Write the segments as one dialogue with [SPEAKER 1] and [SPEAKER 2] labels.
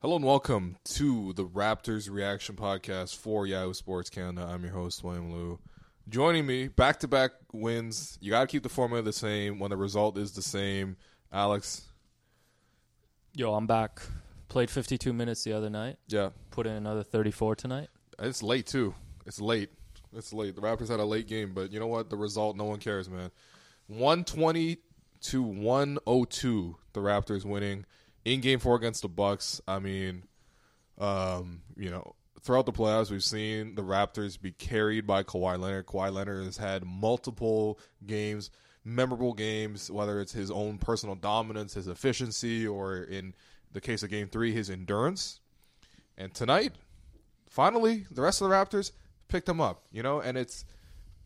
[SPEAKER 1] Hello and welcome to the Raptors Reaction Podcast for Yahoo Sports Canada. I'm your host, William Liu. Joining me, back to back wins. You got to keep the formula the same when the result is the same. Alex,
[SPEAKER 2] Yo, I'm back. Played 52 minutes the other night.
[SPEAKER 1] yeah,
[SPEAKER 2] Put in another 34 tonight.
[SPEAKER 1] it's late too. It's late. It's late. The Raptors had a late game, but you know what? The result, no one cares, man. 120 to 102, the Raptors winning in game four against the Bucks. I mean, Um, you know, throughout the playoffs, we've seen the Raptors be carried by Kawhi Leonard. Kawhi Leonard has had multiple games, memorable games, whether it's his own personal dominance, his efficiency, or in the case of Game Three, his endurance. And tonight, finally, the rest of the Raptors picked him up. You know, and it's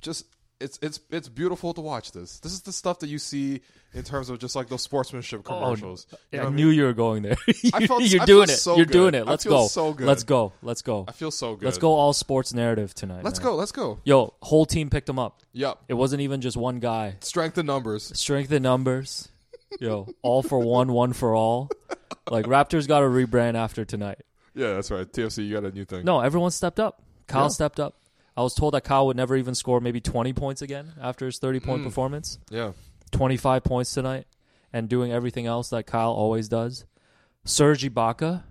[SPEAKER 1] just. It's, it's it's beautiful to watch this. This is the stuff that you see in terms of just like those sportsmanship
[SPEAKER 2] Oh,
[SPEAKER 1] commercials. You know
[SPEAKER 2] I
[SPEAKER 1] what I mean?
[SPEAKER 2] knew you were going there.
[SPEAKER 1] I felt-
[SPEAKER 2] You're
[SPEAKER 1] I
[SPEAKER 2] doing
[SPEAKER 1] feel
[SPEAKER 2] it.
[SPEAKER 1] so
[SPEAKER 2] You're
[SPEAKER 1] good.
[SPEAKER 2] doing
[SPEAKER 1] I
[SPEAKER 2] it. Let's
[SPEAKER 1] feel
[SPEAKER 2] go.
[SPEAKER 1] so good.
[SPEAKER 2] Let's go. Let's go.
[SPEAKER 1] I feel so good.
[SPEAKER 2] Let's go all sports narrative tonight.
[SPEAKER 1] Let's
[SPEAKER 2] man.
[SPEAKER 1] go. Let's go.
[SPEAKER 2] Yo, whole team picked him up.
[SPEAKER 1] Yep.
[SPEAKER 2] It wasn't even just one guy.
[SPEAKER 1] Strength in numbers.
[SPEAKER 2] Strength in numbers. Yo, all for one, one for all. Like Raptors got a rebrand after tonight.
[SPEAKER 1] Yeah, that's right. TFC, you got a new thing.
[SPEAKER 2] No, everyone stepped up. Kyle stepped up. I was told that Kyle would never even score maybe 20 points again after his 30
[SPEAKER 1] Mm.
[SPEAKER 2] point performance.
[SPEAKER 1] Yeah.
[SPEAKER 2] 25 points tonight and doing everything else that Kyle always does. Serge Ibaka.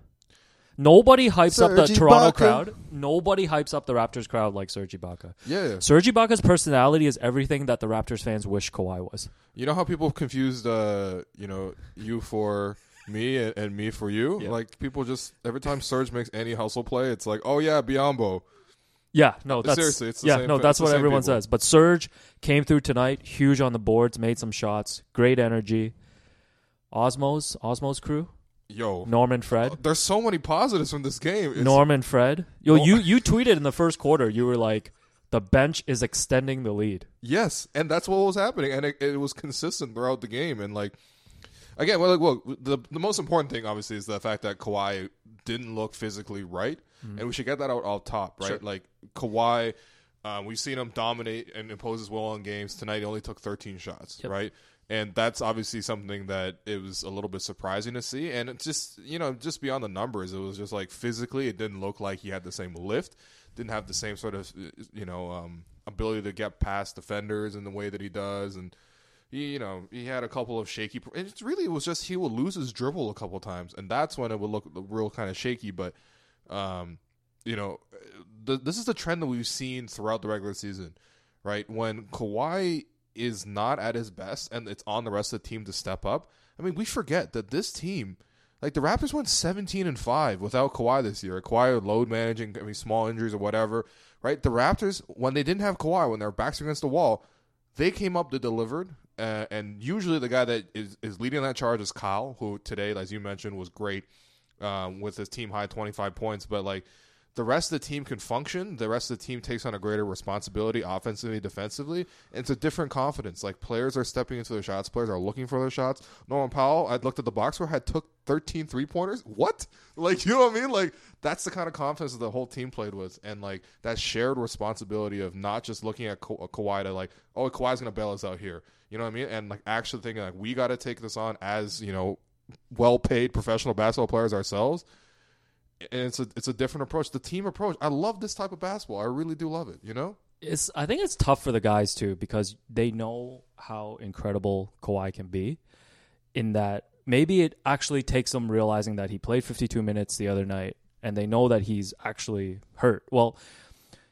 [SPEAKER 2] Nobody hypes up the
[SPEAKER 1] Serge
[SPEAKER 2] Toronto
[SPEAKER 1] Ibaka.
[SPEAKER 2] crowd. Nobody hypes up the Raptors crowd like Serge Ibaka.
[SPEAKER 1] Yeah.
[SPEAKER 2] Serge Ibaka's personality is everything that the Raptors fans wish Kawhi was.
[SPEAKER 1] You know how people confused uh, you know, you for me and, and me for you? Like people just every time Serge makes any hustle play, it's like, "Oh yeah, Biombo."
[SPEAKER 2] Yeah, no, that's
[SPEAKER 1] Seriously, it's the
[SPEAKER 2] yeah,
[SPEAKER 1] same
[SPEAKER 2] no,
[SPEAKER 1] fa- it's
[SPEAKER 2] that's
[SPEAKER 1] the
[SPEAKER 2] what
[SPEAKER 1] same
[SPEAKER 2] everyone
[SPEAKER 1] people.
[SPEAKER 2] says. But Serge came through tonight, huge on the boards, made some shots, great energy. Osmos, Osmos crew,
[SPEAKER 1] Yo.
[SPEAKER 2] Norman Fred.
[SPEAKER 1] There's so many positives from this game. It's-
[SPEAKER 2] Norman Fred. Yo,
[SPEAKER 1] Nor-
[SPEAKER 2] you you tweeted in the first quarter. You were like, the bench is extending the lead.
[SPEAKER 1] Yes, and that's what was happening, and it, it was consistent throughout the game. And like again, well, like, well, the the most important thing obviously is the fact that Kawhi didn't look physically right, and we should get that out off top, right? Like Kawhi, um, we've seen him dominate and impose his will on games. Tonight, he only took 13 shots, right? And that's obviously something that it was a little bit surprising to see, and it's just you know just beyond the numbers, it was just like physically, it didn't look like he had the same lift, didn't have the same sort of you know um, ability to get past defenders in the way that he does, and he, you know, he had a couple of shaky. It really was just he would lose his dribble a couple times, and that's when it would look real kind of shaky. But, um, you know, the, this is the trend that we've seen throughout the regular season, right? When Kawhi is not at his best, and it's on the rest of the team to step up. I mean, we forget that this team, like the Raptors, went seventeen and five without Kawhi this year. Kawhi load managing, I mean, small injuries or whatever, right? The Raptors, when they didn't have Kawhi, when their backs were against the wall they came up, they delivered, uh, and usually the guy that is, is leading that charge is Kyle, who today, as you mentioned, was great um, with his team high 25 points. But like the rest of the team can function, the rest of the team takes on a greater responsibility offensively, defensively. And it's a different confidence. Like players are stepping into their shots, players are looking for their shots. Norman Powell, I looked at the box score, had took 13 three pointers. What? Like you know what I mean? Like that's the kind of confidence that the whole team played with, and like that shared responsibility of not just looking at Ka- uh, Kawhi to like, oh, Kawhi's gonna bail us out here. You know what I mean? And like actually thinking like we got to take this on as you know, well-paid professional basketball players ourselves. And it's a it's a different approach. The team approach. I love this type of basketball. I really do love it. You know?
[SPEAKER 2] It's I think it's tough for the guys too because they know how incredible Kawhi can be. In that maybe it actually takes them realizing that he played 52 minutes the other night and they know that he's actually hurt. Well,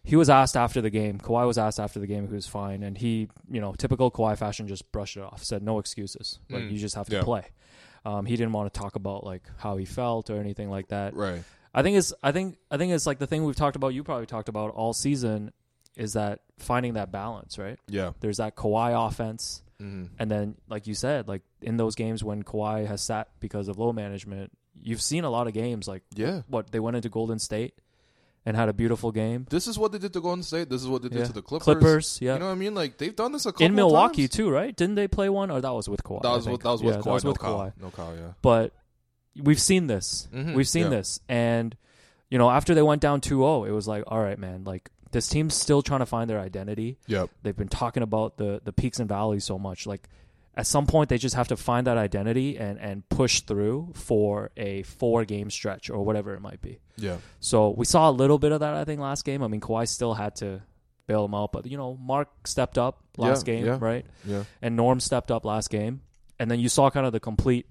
[SPEAKER 2] he was asked after the game. Kawhi was asked after the game if he was fine, and he, you know, typical Kawhi fashion, just brushed it off. Said no excuses. Like you just have to
[SPEAKER 1] yeah.
[SPEAKER 2] play. Um, he didn't want to talk about like how he felt or anything like that.
[SPEAKER 1] Right.
[SPEAKER 2] I think it's I think I think it's like the thing we've talked about. You probably talked about all season is that finding that balance, right?
[SPEAKER 1] Yeah.
[SPEAKER 2] There's that Kawhi offense.
[SPEAKER 1] Mm-hmm.
[SPEAKER 2] And then, like you said, like in those games when Kawhi has sat because of low management, you've seen a lot of games. Like
[SPEAKER 1] Yeah.
[SPEAKER 2] what they went into Golden State and had a beautiful game
[SPEAKER 1] This is what they did to Golden State. This is what they did
[SPEAKER 2] Yeah.
[SPEAKER 1] to the Clippers.
[SPEAKER 2] Clippers, yeah.
[SPEAKER 1] You know what I mean? Like they've done this a couple
[SPEAKER 2] in Milwaukee
[SPEAKER 1] times.
[SPEAKER 2] too, right? Didn't they play one or that was with Kawhi?
[SPEAKER 1] That
[SPEAKER 2] I
[SPEAKER 1] was
[SPEAKER 2] think.
[SPEAKER 1] with, that was
[SPEAKER 2] Yeah,
[SPEAKER 1] with Kawhi.
[SPEAKER 2] That was
[SPEAKER 1] no
[SPEAKER 2] with
[SPEAKER 1] Kyle.
[SPEAKER 2] Kawhi.
[SPEAKER 1] No Kyle. Yeah.
[SPEAKER 2] but we've seen this.
[SPEAKER 1] Mhm,
[SPEAKER 2] We've seen
[SPEAKER 1] yeah.
[SPEAKER 2] this. And, you know, after they went down 2 0, it was like, all right, man, like this team's still trying to find their identity.
[SPEAKER 1] Yep.
[SPEAKER 2] They've been talking about the, the peaks and valleys so much. Like, at some point, they just have to find that identity and, and push through for a four game stretch or whatever it might be.
[SPEAKER 1] Yeah.
[SPEAKER 2] So we saw a little bit of that, I think, last game. I mean, Kawhi still had to bail him out, but, you know, Mark stepped up last
[SPEAKER 1] Yeah,
[SPEAKER 2] game,
[SPEAKER 1] yeah.
[SPEAKER 2] right?
[SPEAKER 1] Yeah.
[SPEAKER 2] and Norm stepped up last game, and then you saw kind of the complete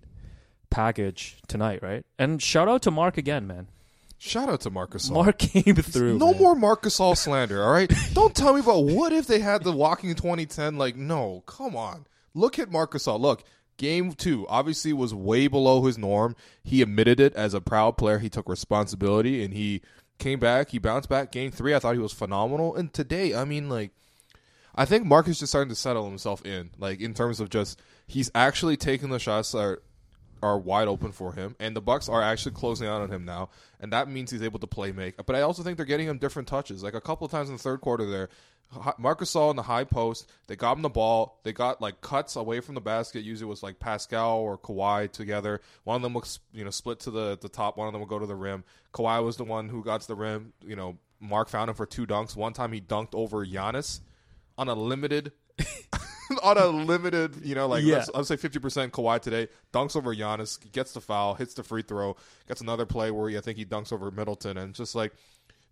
[SPEAKER 2] package tonight, right? And shout out to Mark again, man.
[SPEAKER 1] Shout out to Marcus.
[SPEAKER 2] Mark came through.
[SPEAKER 1] No
[SPEAKER 2] man.
[SPEAKER 1] more Marcus All slander, all right? Don't tell me about what if they had the walking 2010. Like, no, come on. Look at Marcus All. Look, game two obviously was way below his norm. He admitted it as a proud player. He took responsibility and he came back. He bounced back. Game three, I thought he was phenomenal. And today, I mean, like, I think Marcus just starting to settle himself in, like in terms of just he's actually taking the shots that are, are wide open for him, and the Bucks are actually closing out on him now, and that means he's able to play make. But I also think they're getting him different touches, like a couple of times in the third quarter there. Hi- Marcus All in the high post, they got him the ball. They got like cuts away from the basket. Usually it was like Pascal or Kawhi together. One of them was you know split to the the top. One of them would go to the rim. Kawhi was the one who got to the rim. You know Mark found him for two dunks. One time he dunked over Giannis on a limited on a limited, you know, like
[SPEAKER 2] Yeah.
[SPEAKER 1] let's, let's say fifty percent Kawhi today, dunks over Giannis, gets the foul, hits the free throw, gets another play where he, I think he dunks over Middleton, and it's just like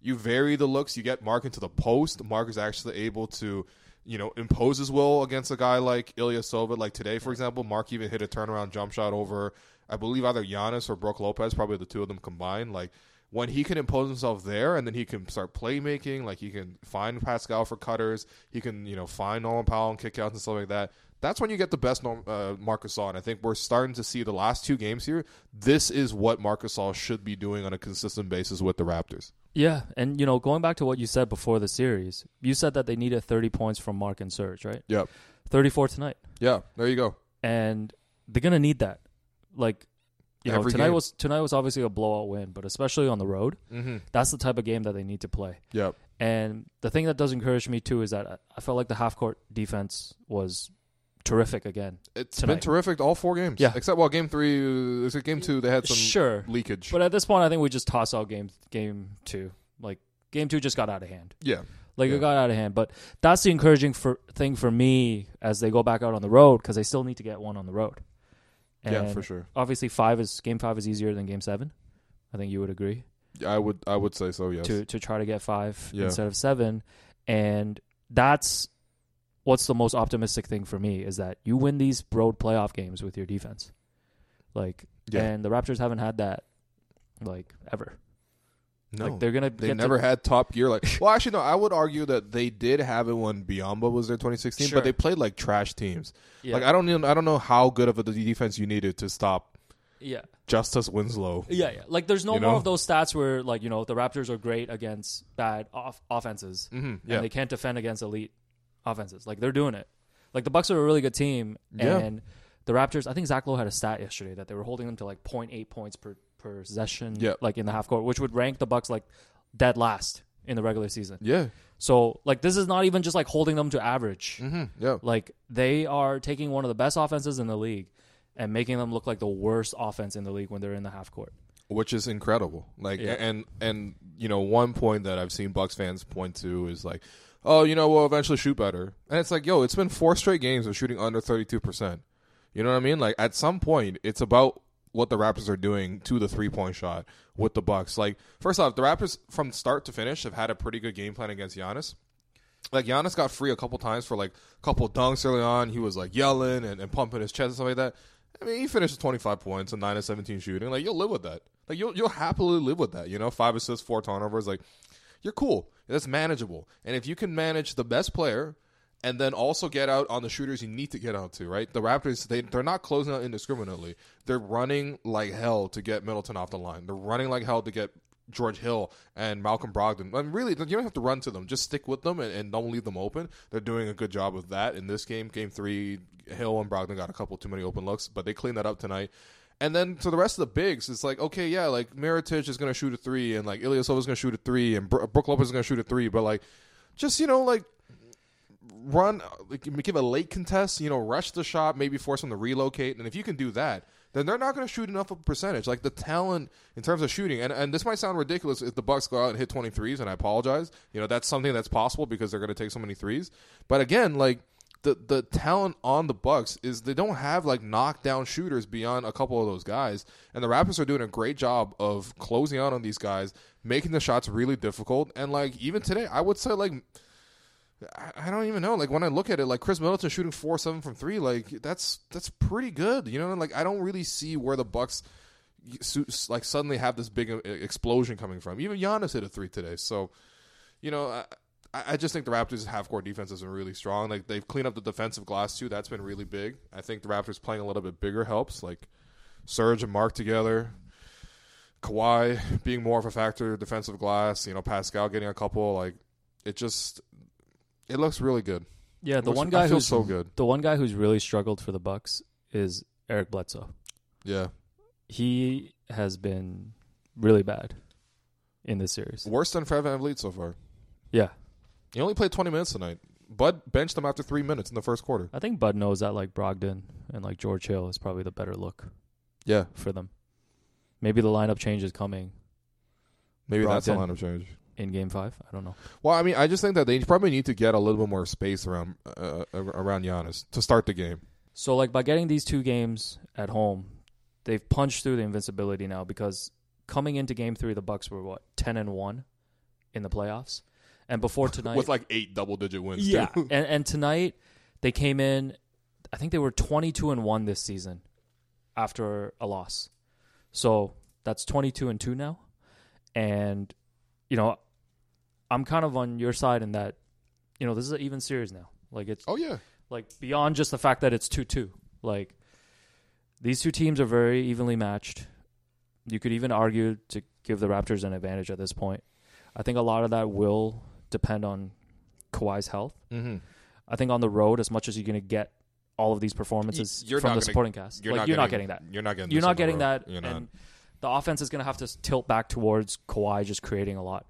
[SPEAKER 1] you vary the looks, you get Mark into the post. Mark is actually able to, you know, impose his will against a guy like Ilya Sova. Like today, for example, Mark even hit a turnaround jump shot over, I believe either Giannis or Brooke Lopez, probably the two of them combined. Like when he can impose himself there and then he can start playmaking, like he can find Pascal for cutters, he can, you know, find Norman Powell and kickouts and stuff like that. That's when you get the best Norm, uh, Marcus on. I think we're starting to see the last two games here. This is what Marcus All should be doing on a consistent basis with the Raptors.
[SPEAKER 2] Yeah, and you know, going back to what you said before the series, you said that they needed 30 points from Mark and Serge, right?
[SPEAKER 1] Yep.
[SPEAKER 2] 34 tonight,
[SPEAKER 1] Yeah, there you go.
[SPEAKER 2] and they're gonna need that. Like, you know,
[SPEAKER 1] Every
[SPEAKER 2] tonight
[SPEAKER 1] game.
[SPEAKER 2] was tonight was obviously a blowout win, but especially on the road,
[SPEAKER 1] Mhm.
[SPEAKER 2] that's the type of game that they need to play.
[SPEAKER 1] Yep.
[SPEAKER 2] And the thing that does encourage me too is that I- I felt like the half court defense was terrific again.
[SPEAKER 1] It's been
[SPEAKER 2] Tonight.
[SPEAKER 1] terrific all four games.
[SPEAKER 2] Yeah.
[SPEAKER 1] Except, well, game three, uh, except game two, they had some
[SPEAKER 2] sure
[SPEAKER 1] leakage.
[SPEAKER 2] But uh, at this point, I think we just toss out game game two. Like game two just got out of hand.
[SPEAKER 1] yeah.
[SPEAKER 2] Like
[SPEAKER 1] Yeah.
[SPEAKER 2] it got out of hand. But that's the encouraging for thing for me as they go back out on the road because they still need to get one on the road.
[SPEAKER 1] Yeah, for sure.
[SPEAKER 2] Obviously, five is game five is easier than game seven. I think you would agree
[SPEAKER 1] I would I would say so, yes.
[SPEAKER 2] to to try to get five
[SPEAKER 1] Yeah.
[SPEAKER 2] instead of seven, and that's what's the most optimistic thing for me is that you win these road playoff games with your defense, like,
[SPEAKER 1] Yeah.
[SPEAKER 2] and the Raptors haven't had that like ever.
[SPEAKER 1] No.
[SPEAKER 2] Like they're gonna
[SPEAKER 1] They
[SPEAKER 2] get
[SPEAKER 1] never
[SPEAKER 2] to,
[SPEAKER 1] had top gear. Like, well, actually, no. I would argue that they did have it when Biombo was there, 2016.
[SPEAKER 2] Sure.
[SPEAKER 1] But they played like trash teams.
[SPEAKER 2] yeah,
[SPEAKER 1] Like, I don't even, I don't know how good of a defense you needed to stop
[SPEAKER 2] yeah
[SPEAKER 1] Justice Winslow.
[SPEAKER 2] yeah yeah. Like there's no
[SPEAKER 1] You
[SPEAKER 2] more
[SPEAKER 1] know?
[SPEAKER 2] of those stats where like you know the Raptors are great against bad off- offenses
[SPEAKER 1] Mhm, yeah.
[SPEAKER 2] and they can't defend against elite offenses. Like they're doing it. Like the Bucks are a really good team
[SPEAKER 1] Yeah.
[SPEAKER 2] and the Raptors. I think Zach Lowe had a stat yesterday that they were holding them to like 0.8 points per per possession.
[SPEAKER 1] Yeah.
[SPEAKER 2] like in the half court, which would rank the Bucks like dead last in the regular season.
[SPEAKER 1] Yeah.
[SPEAKER 2] So like this is not even just like holding them to average.
[SPEAKER 1] hmm Yeah.
[SPEAKER 2] Like they are taking one of the best offenses in the league and making them look like the worst offense in the league when they're in the half court.
[SPEAKER 1] which is incredible. Like
[SPEAKER 2] Yeah.
[SPEAKER 1] and and you know one point that I've seen Bucks fans point to is like, oh, you know, we'll eventually shoot better, and it's like, yo, it's been four straight games of shooting under thirty two percent. You know what I mean? Like at some point, it's about what the Raptors are doing to the three point shot with the Bucks. Like first off, the Raptors from start to finish have had a pretty good game plan against Giannis like Giannis got free a couple times for like a couple dunks early on. He was like yelling and, and pumping his chest and stuff like that. I mean, he finished with 25 points and 9 of 17 shooting. Like, you'll live with that. Like, you'll, you'll happily live with that. You know, five assists, four turnovers. Like, you're cool. That's manageable. And if you can manage the best player and then also get out on the shooters you need to get out to, right? The Raptors, they, they're not closing out indiscriminately. They're running like hell to get Middleton off the line. They're running like hell to get George Hill and Malcolm Brogdon. And really, you don't have to run to them. Just stick with them and, and don't leave them open. They're doing a good job of that in this game. Game three, Hill and Brogdon got a couple too many open looks, but they cleaned that up tonight. And then to the rest of the bigs, it's like, okay, yeah, like Miritich is going to shoot a three, and like Ilyasova is going to shoot a three, and Bro- Brooke Lopez is going to shoot a three, but like, just, you know, like, run, like, give a late contest, you know, rush the shot, maybe force them to relocate. And if you can do that, then they're not going to shoot enough of a percentage. Like the talent in terms of shooting, and, and this might sound ridiculous if the Bucks go out and hit 23s, and I apologize. You know, that's something that's possible because they're going to take so many threes. But again, like, the, the talent on the Bucks is they don't have like knockdown shooters beyond a couple of those guys, and the Raptors are doing a great job of closing out on these guys, making the shots really difficult. And like even today, I would say like I- I don't even know. Like when I look at it, like Chris Middleton shooting four seven from three, like that's that's pretty good. You know, like I don't really see where the Bucks su- like suddenly have this big uh, explosion coming from. Even Giannis hit a three today, so you know. I, I I just think the Raptors' half-court defense has been really strong. Like they've cleaned up the defensive glass too. That's been really big. I think the Raptors playing a little bit bigger helps. Like Serge and Mark together, Kawhi being more of a factor defensive glass. You know, Pascal getting a couple. Like it just it looks really good.
[SPEAKER 2] Yeah, the
[SPEAKER 1] Which-
[SPEAKER 2] one
[SPEAKER 1] I
[SPEAKER 2] guy
[SPEAKER 1] feel
[SPEAKER 2] who's
[SPEAKER 1] so good.
[SPEAKER 2] The one guy who's really struggled for the Bucks is Eric Bledsoe.
[SPEAKER 1] Yeah,
[SPEAKER 2] He has been really bad in this series.
[SPEAKER 1] worse than Fred VanVleet so far.
[SPEAKER 2] Yeah,
[SPEAKER 1] He only played 20 minutes tonight. Bud benched him after three minutes in the first quarter.
[SPEAKER 2] I think Bud knows that like Brogdon and like George Hill is probably the better look
[SPEAKER 1] Yeah,
[SPEAKER 2] for them. Maybe the lineup change is coming
[SPEAKER 1] maybe that's a
[SPEAKER 2] Brogdon.
[SPEAKER 1] lineup change.
[SPEAKER 2] in Game Five. I don't know.
[SPEAKER 1] Well, I mean, I just think that they probably need to get a little bit more space around uh, ar- around Giannis to start the game.
[SPEAKER 2] So like by getting these two games at home, they've punched through the invincibility now because coming into game 3 the Bucks were what 10 and 1 in the playoffs. And before tonight
[SPEAKER 1] with like eight double digit wins.
[SPEAKER 2] Yeah.
[SPEAKER 1] too.
[SPEAKER 2] and and tonight they came in I think they were 22 and 1 this season after a loss. So that's 22 and 2 now. And you know, I'm kind of on your side in that you know, this is an even series now. Like it's
[SPEAKER 1] oh yeah,
[SPEAKER 2] like beyond just the fact that it's 2-2 like these two teams are very evenly matched you could even argue to give the raptors an advantage at this point i think a lot of that will depend on Kawhi's health
[SPEAKER 1] mm-hmm.
[SPEAKER 2] i think on the road as much as you're going to get all of these performances
[SPEAKER 1] You're
[SPEAKER 2] from
[SPEAKER 1] not
[SPEAKER 2] the
[SPEAKER 1] gonna-
[SPEAKER 2] supporting cast like you're not getting that
[SPEAKER 1] You're not getting.
[SPEAKER 2] you're
[SPEAKER 1] this on
[SPEAKER 2] not
[SPEAKER 1] the
[SPEAKER 2] getting
[SPEAKER 1] road.
[SPEAKER 2] that
[SPEAKER 1] You're not.
[SPEAKER 2] and the offense is going to have to s- tilt back towards Kawhi just creating a lot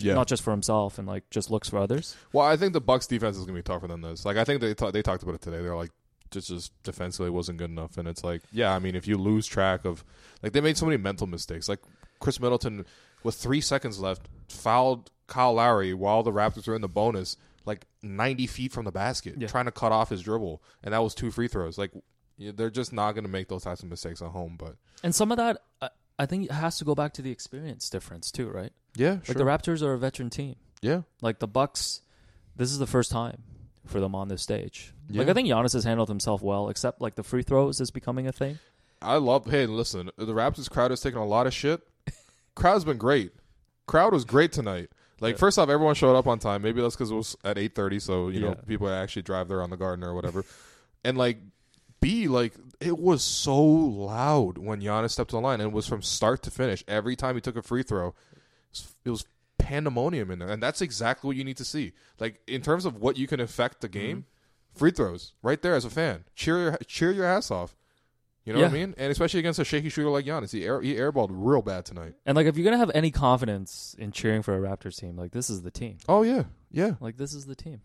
[SPEAKER 1] Yeah.
[SPEAKER 2] not just for himself and like just looks for others
[SPEAKER 1] Well, I think the Bucks defense is going to be tougher than this. Like I think they ta- they talked about it today. They're like just just defensively wasn't good enough, and it's like yeah, I mean if you lose track of like they made so many mental mistakes. Like Chris Middleton with three seconds left fouled Kyle Lowry while the Raptors were in the bonus, like ninety feet from the basket,
[SPEAKER 2] Yeah.
[SPEAKER 1] trying to cut off his dribble, and that was two free throws. Like yeah, they're just not going to make those types of mistakes at home. But
[SPEAKER 2] and some of that I, I think it has to go back to the experience difference too right
[SPEAKER 1] yeah, sure,
[SPEAKER 2] Like the Raptors are a veteran team.
[SPEAKER 1] yeah.
[SPEAKER 2] Like the Bucks, this is the first time for them on this stage. Like
[SPEAKER 1] Yeah.
[SPEAKER 2] I think Giannis has handled himself well, except like the free throws is becoming a thing.
[SPEAKER 1] I love. Hey, listen, the Raptors crowd has taken a lot of shit. Crowd's been great. Crowd was great tonight. Like first off, everyone showed up on time. Maybe that's because it was at eight thirty, so you know
[SPEAKER 2] Yeah.
[SPEAKER 1] people actually drive there on the Garden or whatever. and like B, like it was so loud when Giannis stepped on the line, and it was from start to finish. Every time he took a free throw, it was pandemonium in there, and that's exactly what you need to see. Like in terms of what you can affect the game,
[SPEAKER 2] Mm-hmm.
[SPEAKER 1] free throws right there as a fan. Cheer your cheer your ass off. You know what I
[SPEAKER 2] Yeah.
[SPEAKER 1] mean? And especially against a shaky shooter like Giannis, he air, he airballed real bad tonight.
[SPEAKER 2] And like if you're gonna have any confidence in cheering for a Raptors team, like this is the team.
[SPEAKER 1] Oh yeah, yeah.
[SPEAKER 2] Like this is the team.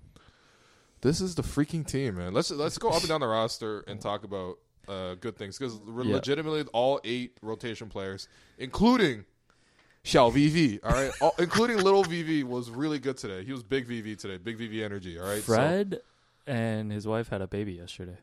[SPEAKER 1] This is the freaking team, man. Let's let's go up and down the roster and talk about uh, good things because
[SPEAKER 2] Yeah.
[SPEAKER 1] legitimately all eight rotation players, including Shao VV, all right, all, including little VV was really good today. He was big VV today, big VV energy. All right, So-
[SPEAKER 2] Fred and his wife had a baby yesterday.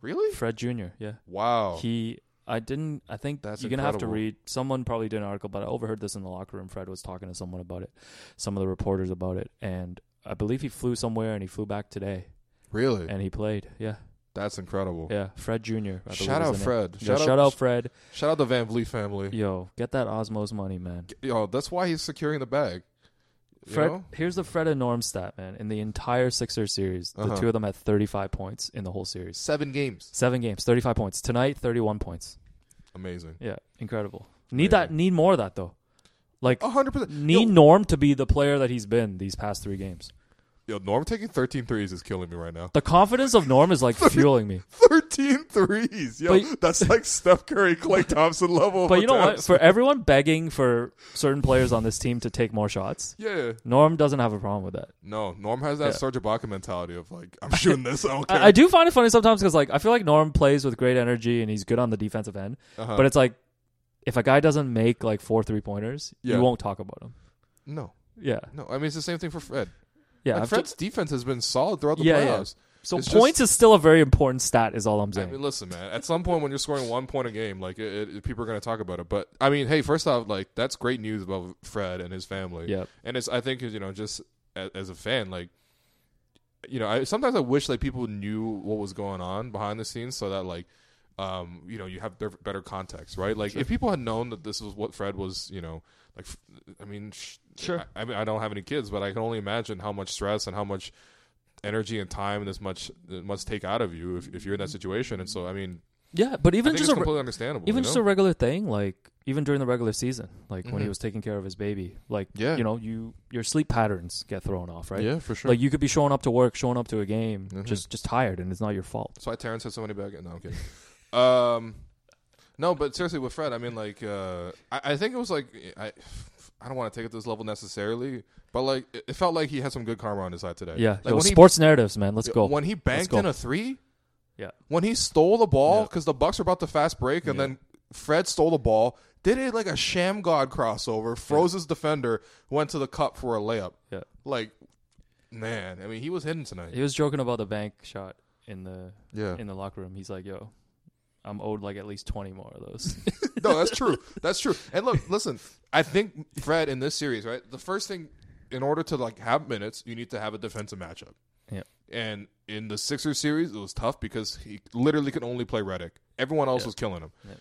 [SPEAKER 1] really?
[SPEAKER 2] Fred Jr. Yeah.
[SPEAKER 1] Wow.
[SPEAKER 2] He I didn't I think
[SPEAKER 1] Oh. That's
[SPEAKER 2] you're gonna have to
[SPEAKER 1] incredible.
[SPEAKER 2] read someone probably did an article, but I overheard this in the locker room. Fred was talking to someone about it, some of the reporters about it, and I believe he flew somewhere and he flew back today.
[SPEAKER 1] really?
[SPEAKER 2] and he played. Yeah,
[SPEAKER 1] That's incredible.
[SPEAKER 2] yeah. Fred Jr. I believe
[SPEAKER 1] Shout
[SPEAKER 2] is
[SPEAKER 1] out
[SPEAKER 2] the name.
[SPEAKER 1] Fred.
[SPEAKER 2] Yeah,
[SPEAKER 1] Shout out-
[SPEAKER 2] shout out Fred.
[SPEAKER 1] Shout out the Van Vliet family.
[SPEAKER 2] Yo, get that Osmos money, man.
[SPEAKER 1] Yo, that's why he's securing the bag. You
[SPEAKER 2] Fred,
[SPEAKER 1] know?
[SPEAKER 2] here's the Fred and Norm stat, man. In the entire Sixers series, the
[SPEAKER 1] Uh-huh.
[SPEAKER 2] two of them had 35 points in the whole series.
[SPEAKER 1] seven games.
[SPEAKER 2] Seven games, 35 points. Tonight, 31 points.
[SPEAKER 1] Amazing.
[SPEAKER 2] Yeah, incredible. Need that. Need more of that though. Like
[SPEAKER 1] hundred percent.
[SPEAKER 2] need Norm to be the player that he's been these past three games.
[SPEAKER 1] Yo, Norm taking 13 threes is killing me right now.
[SPEAKER 2] The confidence of Norm is like fueling me.
[SPEAKER 1] 13 threes. Yo,
[SPEAKER 2] But-
[SPEAKER 1] that's like Steph Curry, Clay Thompson level. of
[SPEAKER 2] But you know what?
[SPEAKER 1] attempts.
[SPEAKER 2] For everyone begging for certain players on this team to take more shots,
[SPEAKER 1] yeah.
[SPEAKER 2] Norm doesn't have a problem with that.
[SPEAKER 1] No, Norm has that
[SPEAKER 2] Yeah.
[SPEAKER 1] Serge Ibaka mentality of like, I'm shooting this. I don't care.
[SPEAKER 2] I, I do find it funny sometimes because like I feel like Norm plays with great energy and he's good on the defensive end,
[SPEAKER 1] Uh-huh.
[SPEAKER 2] but it's like if a guy doesn't make like four three pointers,
[SPEAKER 1] Yeah.
[SPEAKER 2] you won't talk about him.
[SPEAKER 1] no,
[SPEAKER 2] Yeah,
[SPEAKER 1] no. I mean, it's the same thing for Fred.
[SPEAKER 2] yeah.
[SPEAKER 1] Like,
[SPEAKER 2] I've
[SPEAKER 1] Fred's
[SPEAKER 2] ju-
[SPEAKER 1] defense has been solid throughout the
[SPEAKER 2] Yeah, yeah.
[SPEAKER 1] playoffs.
[SPEAKER 2] so
[SPEAKER 1] it's
[SPEAKER 2] points is still a very important stat. Is all I'm
[SPEAKER 1] I
[SPEAKER 2] saying.
[SPEAKER 1] mean, listen, man. At some point, when you're scoring one point a game, like it, it, people are going to talk about it. But I mean, hey, first off, like that's great news about Fred and his family.
[SPEAKER 2] Yep.
[SPEAKER 1] And it's I think you know just as, as a fan, like you know, I sometimes I wish like people knew what was going on behind the scenes so that like um you know you have their better context, right? Like if people had known that this was what Fred was, you know, like f- I mean, sh-
[SPEAKER 2] Sure.
[SPEAKER 1] I, I mean, I don't have any kids, but I can only imagine how much stress and how much energy and time this much it must take out of you if, if you're in that situation. And so, I mean,
[SPEAKER 2] yeah, but
[SPEAKER 1] I
[SPEAKER 2] even
[SPEAKER 1] think it's
[SPEAKER 2] just a re-
[SPEAKER 1] completely understandable.
[SPEAKER 2] even
[SPEAKER 1] you
[SPEAKER 2] just
[SPEAKER 1] know?
[SPEAKER 2] a regular thing like even during the regular season, like when he
[SPEAKER 1] Mhm.
[SPEAKER 2] was taking care of his baby, like
[SPEAKER 1] Yeah.
[SPEAKER 2] you know you your sleep patterns get thrown off, right?
[SPEAKER 1] yeah, for sure.
[SPEAKER 2] Like you could be showing up to work, showing up to a game,
[SPEAKER 1] Mhm.
[SPEAKER 2] just just tired, and it's not your fault.
[SPEAKER 1] That's why Terrence has so many bad No, I'm kidding. um, no, but seriously, with Fred, I mean, like, uh, I, I think it was like, I, I don't want to take it to this level necessarily, but like, it, it felt like he had some good karma on his side today.
[SPEAKER 2] Yeah,
[SPEAKER 1] like,
[SPEAKER 2] Yo,
[SPEAKER 1] when he-
[SPEAKER 2] sports narratives, man. Let's go.
[SPEAKER 1] When he banked
[SPEAKER 2] go.
[SPEAKER 1] in a three,
[SPEAKER 2] yeah,
[SPEAKER 1] when he stole the ball
[SPEAKER 2] Yeah.
[SPEAKER 1] because the Bucks were about to fast break, and then Fred stole the ball, did it like a sham god crossover, froze his defender, went to the cup for a layup.
[SPEAKER 2] yeah.
[SPEAKER 1] Like, man, I mean, he was hidden tonight.
[SPEAKER 2] He was joking about the bank shot in the
[SPEAKER 1] Yeah.
[SPEAKER 2] in the locker room. He's like, "Yo, I'm owed like at least twenty more of those."
[SPEAKER 1] no, that's true. That's true. And look, listen, I think Fred in this series, right? The first thing in order to like have minutes, you need to have a defensive matchup.
[SPEAKER 2] yeah,
[SPEAKER 1] And in the Sixers series, it was tough because he literally could only play Redick. Everyone else was killing him.
[SPEAKER 2] Yeah.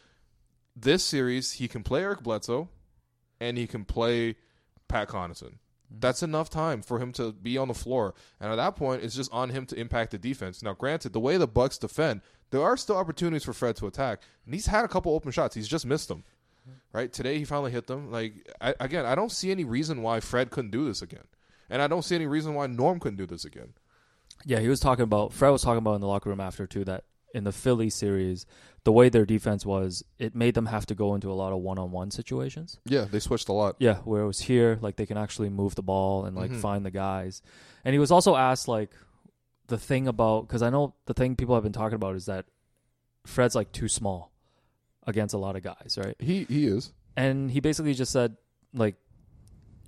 [SPEAKER 1] This series, he can play Eric Bledsoe and he can play Pat Connaughton. That's enough time for him to be on the floor. And at that point, it's just on him to impact the defense. Now, granted, the way the Bucks defend, there are still opportunities for Fred to attack. And he's had a couple open shots. He's just missed them.
[SPEAKER 2] Mm-hmm.
[SPEAKER 1] Right? Today he finally hit them. Like I, again, I don't see any reason why Fred couldn't do this again. And I don't see any reason why Norm couldn't do this again.
[SPEAKER 2] yeah. He was talking about Fred was talking about in the locker room after too that in the Philly series, the way their defense was, it made them have to go into a lot of one-on-one situations.
[SPEAKER 1] Yeah, they switched a lot.
[SPEAKER 2] Yeah, where it was here, like they can actually move the ball and like find the guys. And he was also asked like the thing about because I know the thing people have been talking about is that Fred's like too small against a lot of guys, right?
[SPEAKER 1] He he is.
[SPEAKER 2] and he basically just said like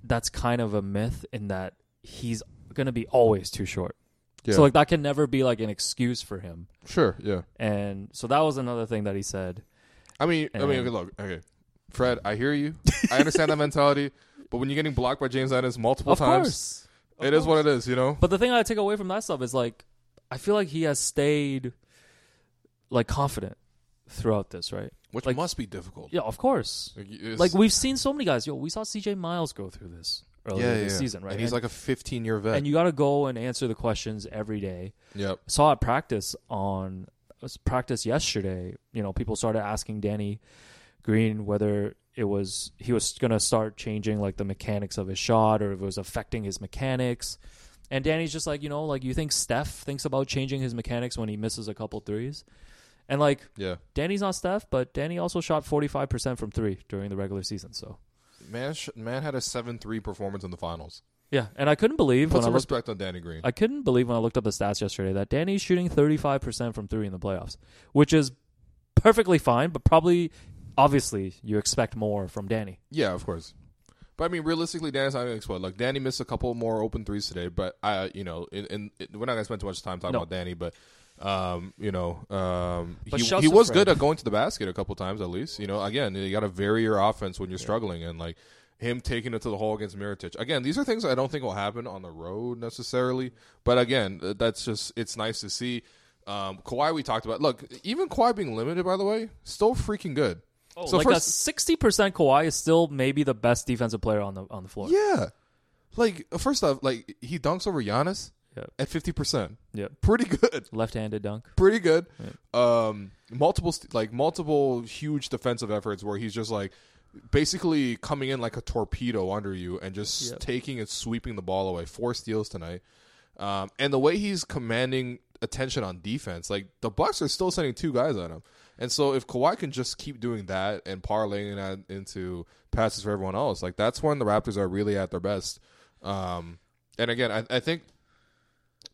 [SPEAKER 2] that's kind of a myth in that he's gonna be always too short
[SPEAKER 1] Yeah.
[SPEAKER 2] so like that can never be like an excuse for him
[SPEAKER 1] sure, yeah.
[SPEAKER 2] and so that was another thing that he said
[SPEAKER 1] I mean, I mean,
[SPEAKER 2] And-
[SPEAKER 1] okay, look, okay, Fred, I hear you. I understand that mentality, but when you're getting blocked by James Ennis multiple
[SPEAKER 2] of
[SPEAKER 1] times,
[SPEAKER 2] course
[SPEAKER 1] it is what it is, you know.
[SPEAKER 2] but the thing i take away from that stuff is like i feel like he has stayed like confident throughout this right
[SPEAKER 1] Which
[SPEAKER 2] Like-
[SPEAKER 1] must be difficult.
[SPEAKER 2] yeah of course
[SPEAKER 1] Like, it's-
[SPEAKER 2] like we've seen so many guys yo we saw cj miles go through this earlier this season right
[SPEAKER 1] And he's like a 15 year vet.
[SPEAKER 2] and you got to go and answer the questions every day
[SPEAKER 1] yep.
[SPEAKER 2] saw at practice on was practice yesterday. You know, people started asking Danny Green whether it was he was going to start changing like the mechanics of his shot or if it was affecting his mechanics. And Danny's just like, you know, like you think Steph thinks about changing his mechanics when he misses a couple threes. And like
[SPEAKER 1] Yeah.
[SPEAKER 2] Danny's not Steph, but Danny also shot 45% from 3 during the regular season, so.
[SPEAKER 1] Man, sh- man had a 7 3 performance in the finals.
[SPEAKER 2] Yeah, and I couldn't believe
[SPEAKER 1] Put
[SPEAKER 2] when I
[SPEAKER 1] some
[SPEAKER 2] looked
[SPEAKER 1] respect on Danny Green.
[SPEAKER 2] I couldn't believe when I looked up the stats yesterday that Danny's shooting 35% from three in the playoffs, which is perfectly fine, but probably, obviously, you expect more from Danny.
[SPEAKER 1] Yeah, of course. But I mean, realistically, Danny's not going to explode. Like Danny missed a couple more open threes today, but I, you know, in, in, it- we're not going to spend too much time talking
[SPEAKER 2] No.
[SPEAKER 1] about Danny. But um, you know, um,
[SPEAKER 2] But
[SPEAKER 1] he,
[SPEAKER 2] shouts
[SPEAKER 1] he
[SPEAKER 2] to
[SPEAKER 1] was
[SPEAKER 2] Fred.
[SPEAKER 1] good at going to the basket a couple times at least. You know, again, you got to vary your offense when you're struggling, and like him taking it to the hole against Miritich. Again, these are things I don't think will happen on the road necessarily. But again, th- that's just it's nice to see. Um, Kawhi, we talked about. Look, even Kawhi being limited, by the way, still freaking good. Oh,
[SPEAKER 2] like a 60% Kawhi is still maybe the best defensive player on the on the floor.
[SPEAKER 1] Yeah. Like first off, like he dunks over Giannis
[SPEAKER 2] Yep.
[SPEAKER 1] at fifty percent.
[SPEAKER 2] Yep.
[SPEAKER 1] Pretty good.
[SPEAKER 2] Left-handed dunk.
[SPEAKER 1] Pretty good. Um multiple st- like multiple huge defensive efforts where he's just like basically coming in like a torpedo under you and just
[SPEAKER 2] Yep.
[SPEAKER 1] taking and sweeping the ball away. Four steals tonight, um, and the way he's commanding attention on defense, like the Bucks are still sending two guys at him. And so if Kawhi can just keep doing that and parlaying that into passes for everyone else, like that's when the Raptors are really at their best. Um, and again, I, I think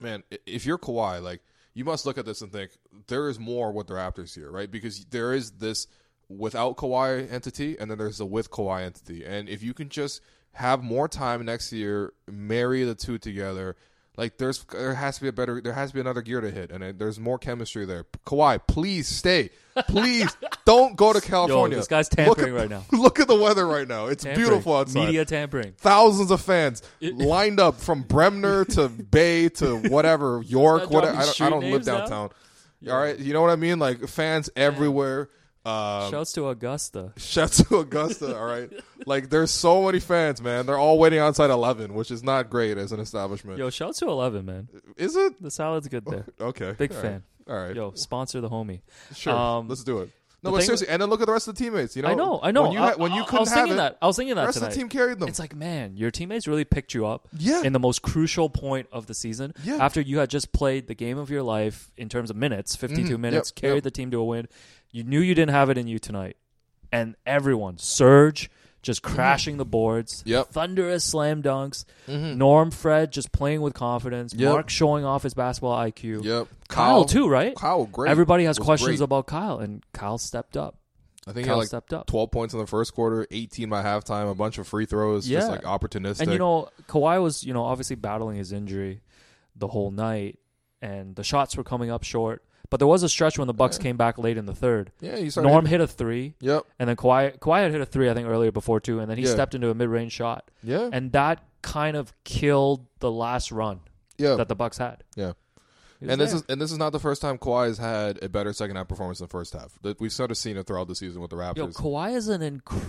[SPEAKER 1] man, i- if you're Kawhi, like you must look at this and think there is more with the Raptors here, right? Because there is this without Kawhi entity, and then there's the with Kawhi entity. And if you can just have more time next year, marry the two together. Like there's there has to be a better there has to be another gear to hit, and it- there's more chemistry there. Kawhi, please stay. Please don't go to California.
[SPEAKER 2] this guy's
[SPEAKER 1] Look
[SPEAKER 2] tampering
[SPEAKER 1] at-
[SPEAKER 2] right now.
[SPEAKER 1] Look at the weather right now. It's
[SPEAKER 2] Tampering.
[SPEAKER 1] beautiful outside
[SPEAKER 2] Media tampering.
[SPEAKER 1] thousands of fans lined up from Bremner to Bay to whatever York.
[SPEAKER 2] Start
[SPEAKER 1] Whatever.
[SPEAKER 2] dropping
[SPEAKER 1] I don't, I
[SPEAKER 2] street
[SPEAKER 1] don't live
[SPEAKER 2] names now?
[SPEAKER 1] downtown. All right, you know what I mean? Like fans everywhere. Um,
[SPEAKER 2] Shouts to Augusta.
[SPEAKER 1] Shout to Augusta, all right. Like, there's so many fans, man. They're all waiting outside 11, which is not great as an establishment.
[SPEAKER 2] Yo, shouts to Eleven, man.
[SPEAKER 1] is it
[SPEAKER 2] The salad's good there.
[SPEAKER 1] okay?
[SPEAKER 2] Big
[SPEAKER 1] Oh, all right.
[SPEAKER 2] fan.
[SPEAKER 1] All right,
[SPEAKER 2] Yo, sponsor the homie.
[SPEAKER 1] sure.
[SPEAKER 2] um,
[SPEAKER 1] Let's do it. No, but
[SPEAKER 2] the thing-
[SPEAKER 1] seriously, and then look at the rest of the teammates. You know,
[SPEAKER 2] I know, I know.
[SPEAKER 1] When you,
[SPEAKER 2] I,
[SPEAKER 1] had- when
[SPEAKER 2] I-
[SPEAKER 1] you
[SPEAKER 2] I
[SPEAKER 1] couldn't
[SPEAKER 2] was
[SPEAKER 1] have
[SPEAKER 2] thinking
[SPEAKER 1] it,
[SPEAKER 2] that. I was thinking that
[SPEAKER 1] the rest
[SPEAKER 2] tonight.
[SPEAKER 1] of the team carried them.
[SPEAKER 2] It's like, man, your teammates really picked you up
[SPEAKER 1] Yeah.
[SPEAKER 2] in the most crucial point of the season.
[SPEAKER 1] Yeah.
[SPEAKER 2] After you had just played the game of your life in terms of minutes, 52 minutes,
[SPEAKER 1] Mm-hmm. Yep.
[SPEAKER 2] carried
[SPEAKER 1] Yep.
[SPEAKER 2] the team to a win. You knew you didn't have it in you tonight. And everyone, Surge just crashing the boards,
[SPEAKER 1] Mm-hmm. Yep. Mm-hmm.
[SPEAKER 2] thunderous slam dunks, Norm Fred just playing with confidence,
[SPEAKER 1] Yep.
[SPEAKER 2] Mark showing off his basketball IQ.
[SPEAKER 1] Yep.
[SPEAKER 2] Kyle,
[SPEAKER 1] Kyle-
[SPEAKER 2] too, right?
[SPEAKER 1] Kyle, great.
[SPEAKER 2] Everybody has
[SPEAKER 1] Was
[SPEAKER 2] questions
[SPEAKER 1] great.
[SPEAKER 2] about Kyle, and Kyle stepped up.
[SPEAKER 1] I think
[SPEAKER 2] Kyle
[SPEAKER 1] he had like
[SPEAKER 2] stepped up.
[SPEAKER 1] 12 points in the first quarter, 18 by halftime, a bunch of free throws, just
[SPEAKER 2] Yeah.
[SPEAKER 1] like opportunistic.
[SPEAKER 2] And you know, Kawhi was, you know, obviously battling his injury the whole night and the shots were coming up short. But there was a stretch when the Bucks came back late in the third.
[SPEAKER 1] yeah, you started.
[SPEAKER 2] Norm hit a three.
[SPEAKER 1] Yep.
[SPEAKER 2] And then Kawhi Kawhi had hit a three, I think, earlier before too, and then he
[SPEAKER 1] Yeah.
[SPEAKER 2] stepped into a mid range shot.
[SPEAKER 1] Yeah.
[SPEAKER 2] And that kind of killed the last run
[SPEAKER 1] Yeah.
[SPEAKER 2] that the Bucks had.
[SPEAKER 1] yeah.
[SPEAKER 2] He was
[SPEAKER 1] And this
[SPEAKER 2] there.
[SPEAKER 1] is and this is not the first time Kawhi has had a better second half performance than first half. That We've sort of seen it throughout the season with the Raptors.
[SPEAKER 2] Yo, Kawhi is an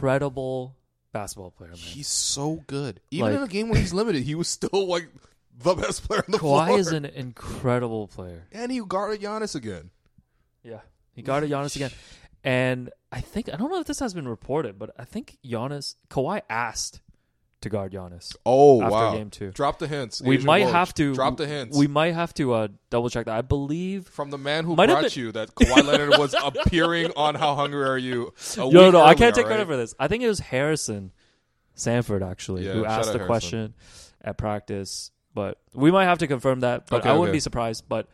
[SPEAKER 2] incredible basketball player, man.
[SPEAKER 1] he's so good. Even in
[SPEAKER 2] Like-
[SPEAKER 1] a game when he's limited, he was still like the best player on the floor.
[SPEAKER 2] Kawhi is an incredible player.
[SPEAKER 1] and he guarded Giannis again.
[SPEAKER 2] Yeah. He guarded Giannis again. And I think I don't know if this has been reported, but I think Giannis Kawhi asked to guard Giannis.
[SPEAKER 1] Oh
[SPEAKER 2] After
[SPEAKER 1] wow!
[SPEAKER 2] game two.
[SPEAKER 1] Drop the hints.
[SPEAKER 2] we
[SPEAKER 1] Adrian
[SPEAKER 2] might
[SPEAKER 1] Woj.
[SPEAKER 2] have to
[SPEAKER 1] drop the hints.
[SPEAKER 2] We might have to uh, double check that. I believe
[SPEAKER 1] from the man who
[SPEAKER 2] Might have
[SPEAKER 1] brought
[SPEAKER 2] been-
[SPEAKER 1] you that Kawhi Leonard was appearing on How Hungry Are You? A
[SPEAKER 2] No, no,
[SPEAKER 1] week
[SPEAKER 2] no, I
[SPEAKER 1] earlier,
[SPEAKER 2] can't take
[SPEAKER 1] right?
[SPEAKER 2] credit for this. I think it was Harrison Sanford actually
[SPEAKER 1] Yeah,
[SPEAKER 2] who
[SPEAKER 1] shout
[SPEAKER 2] asked
[SPEAKER 1] out
[SPEAKER 2] the
[SPEAKER 1] Harrison.
[SPEAKER 2] question at practice, but we might have to confirm that. But
[SPEAKER 1] Okay,
[SPEAKER 2] I wouldn't
[SPEAKER 1] okay.
[SPEAKER 2] be surprised. But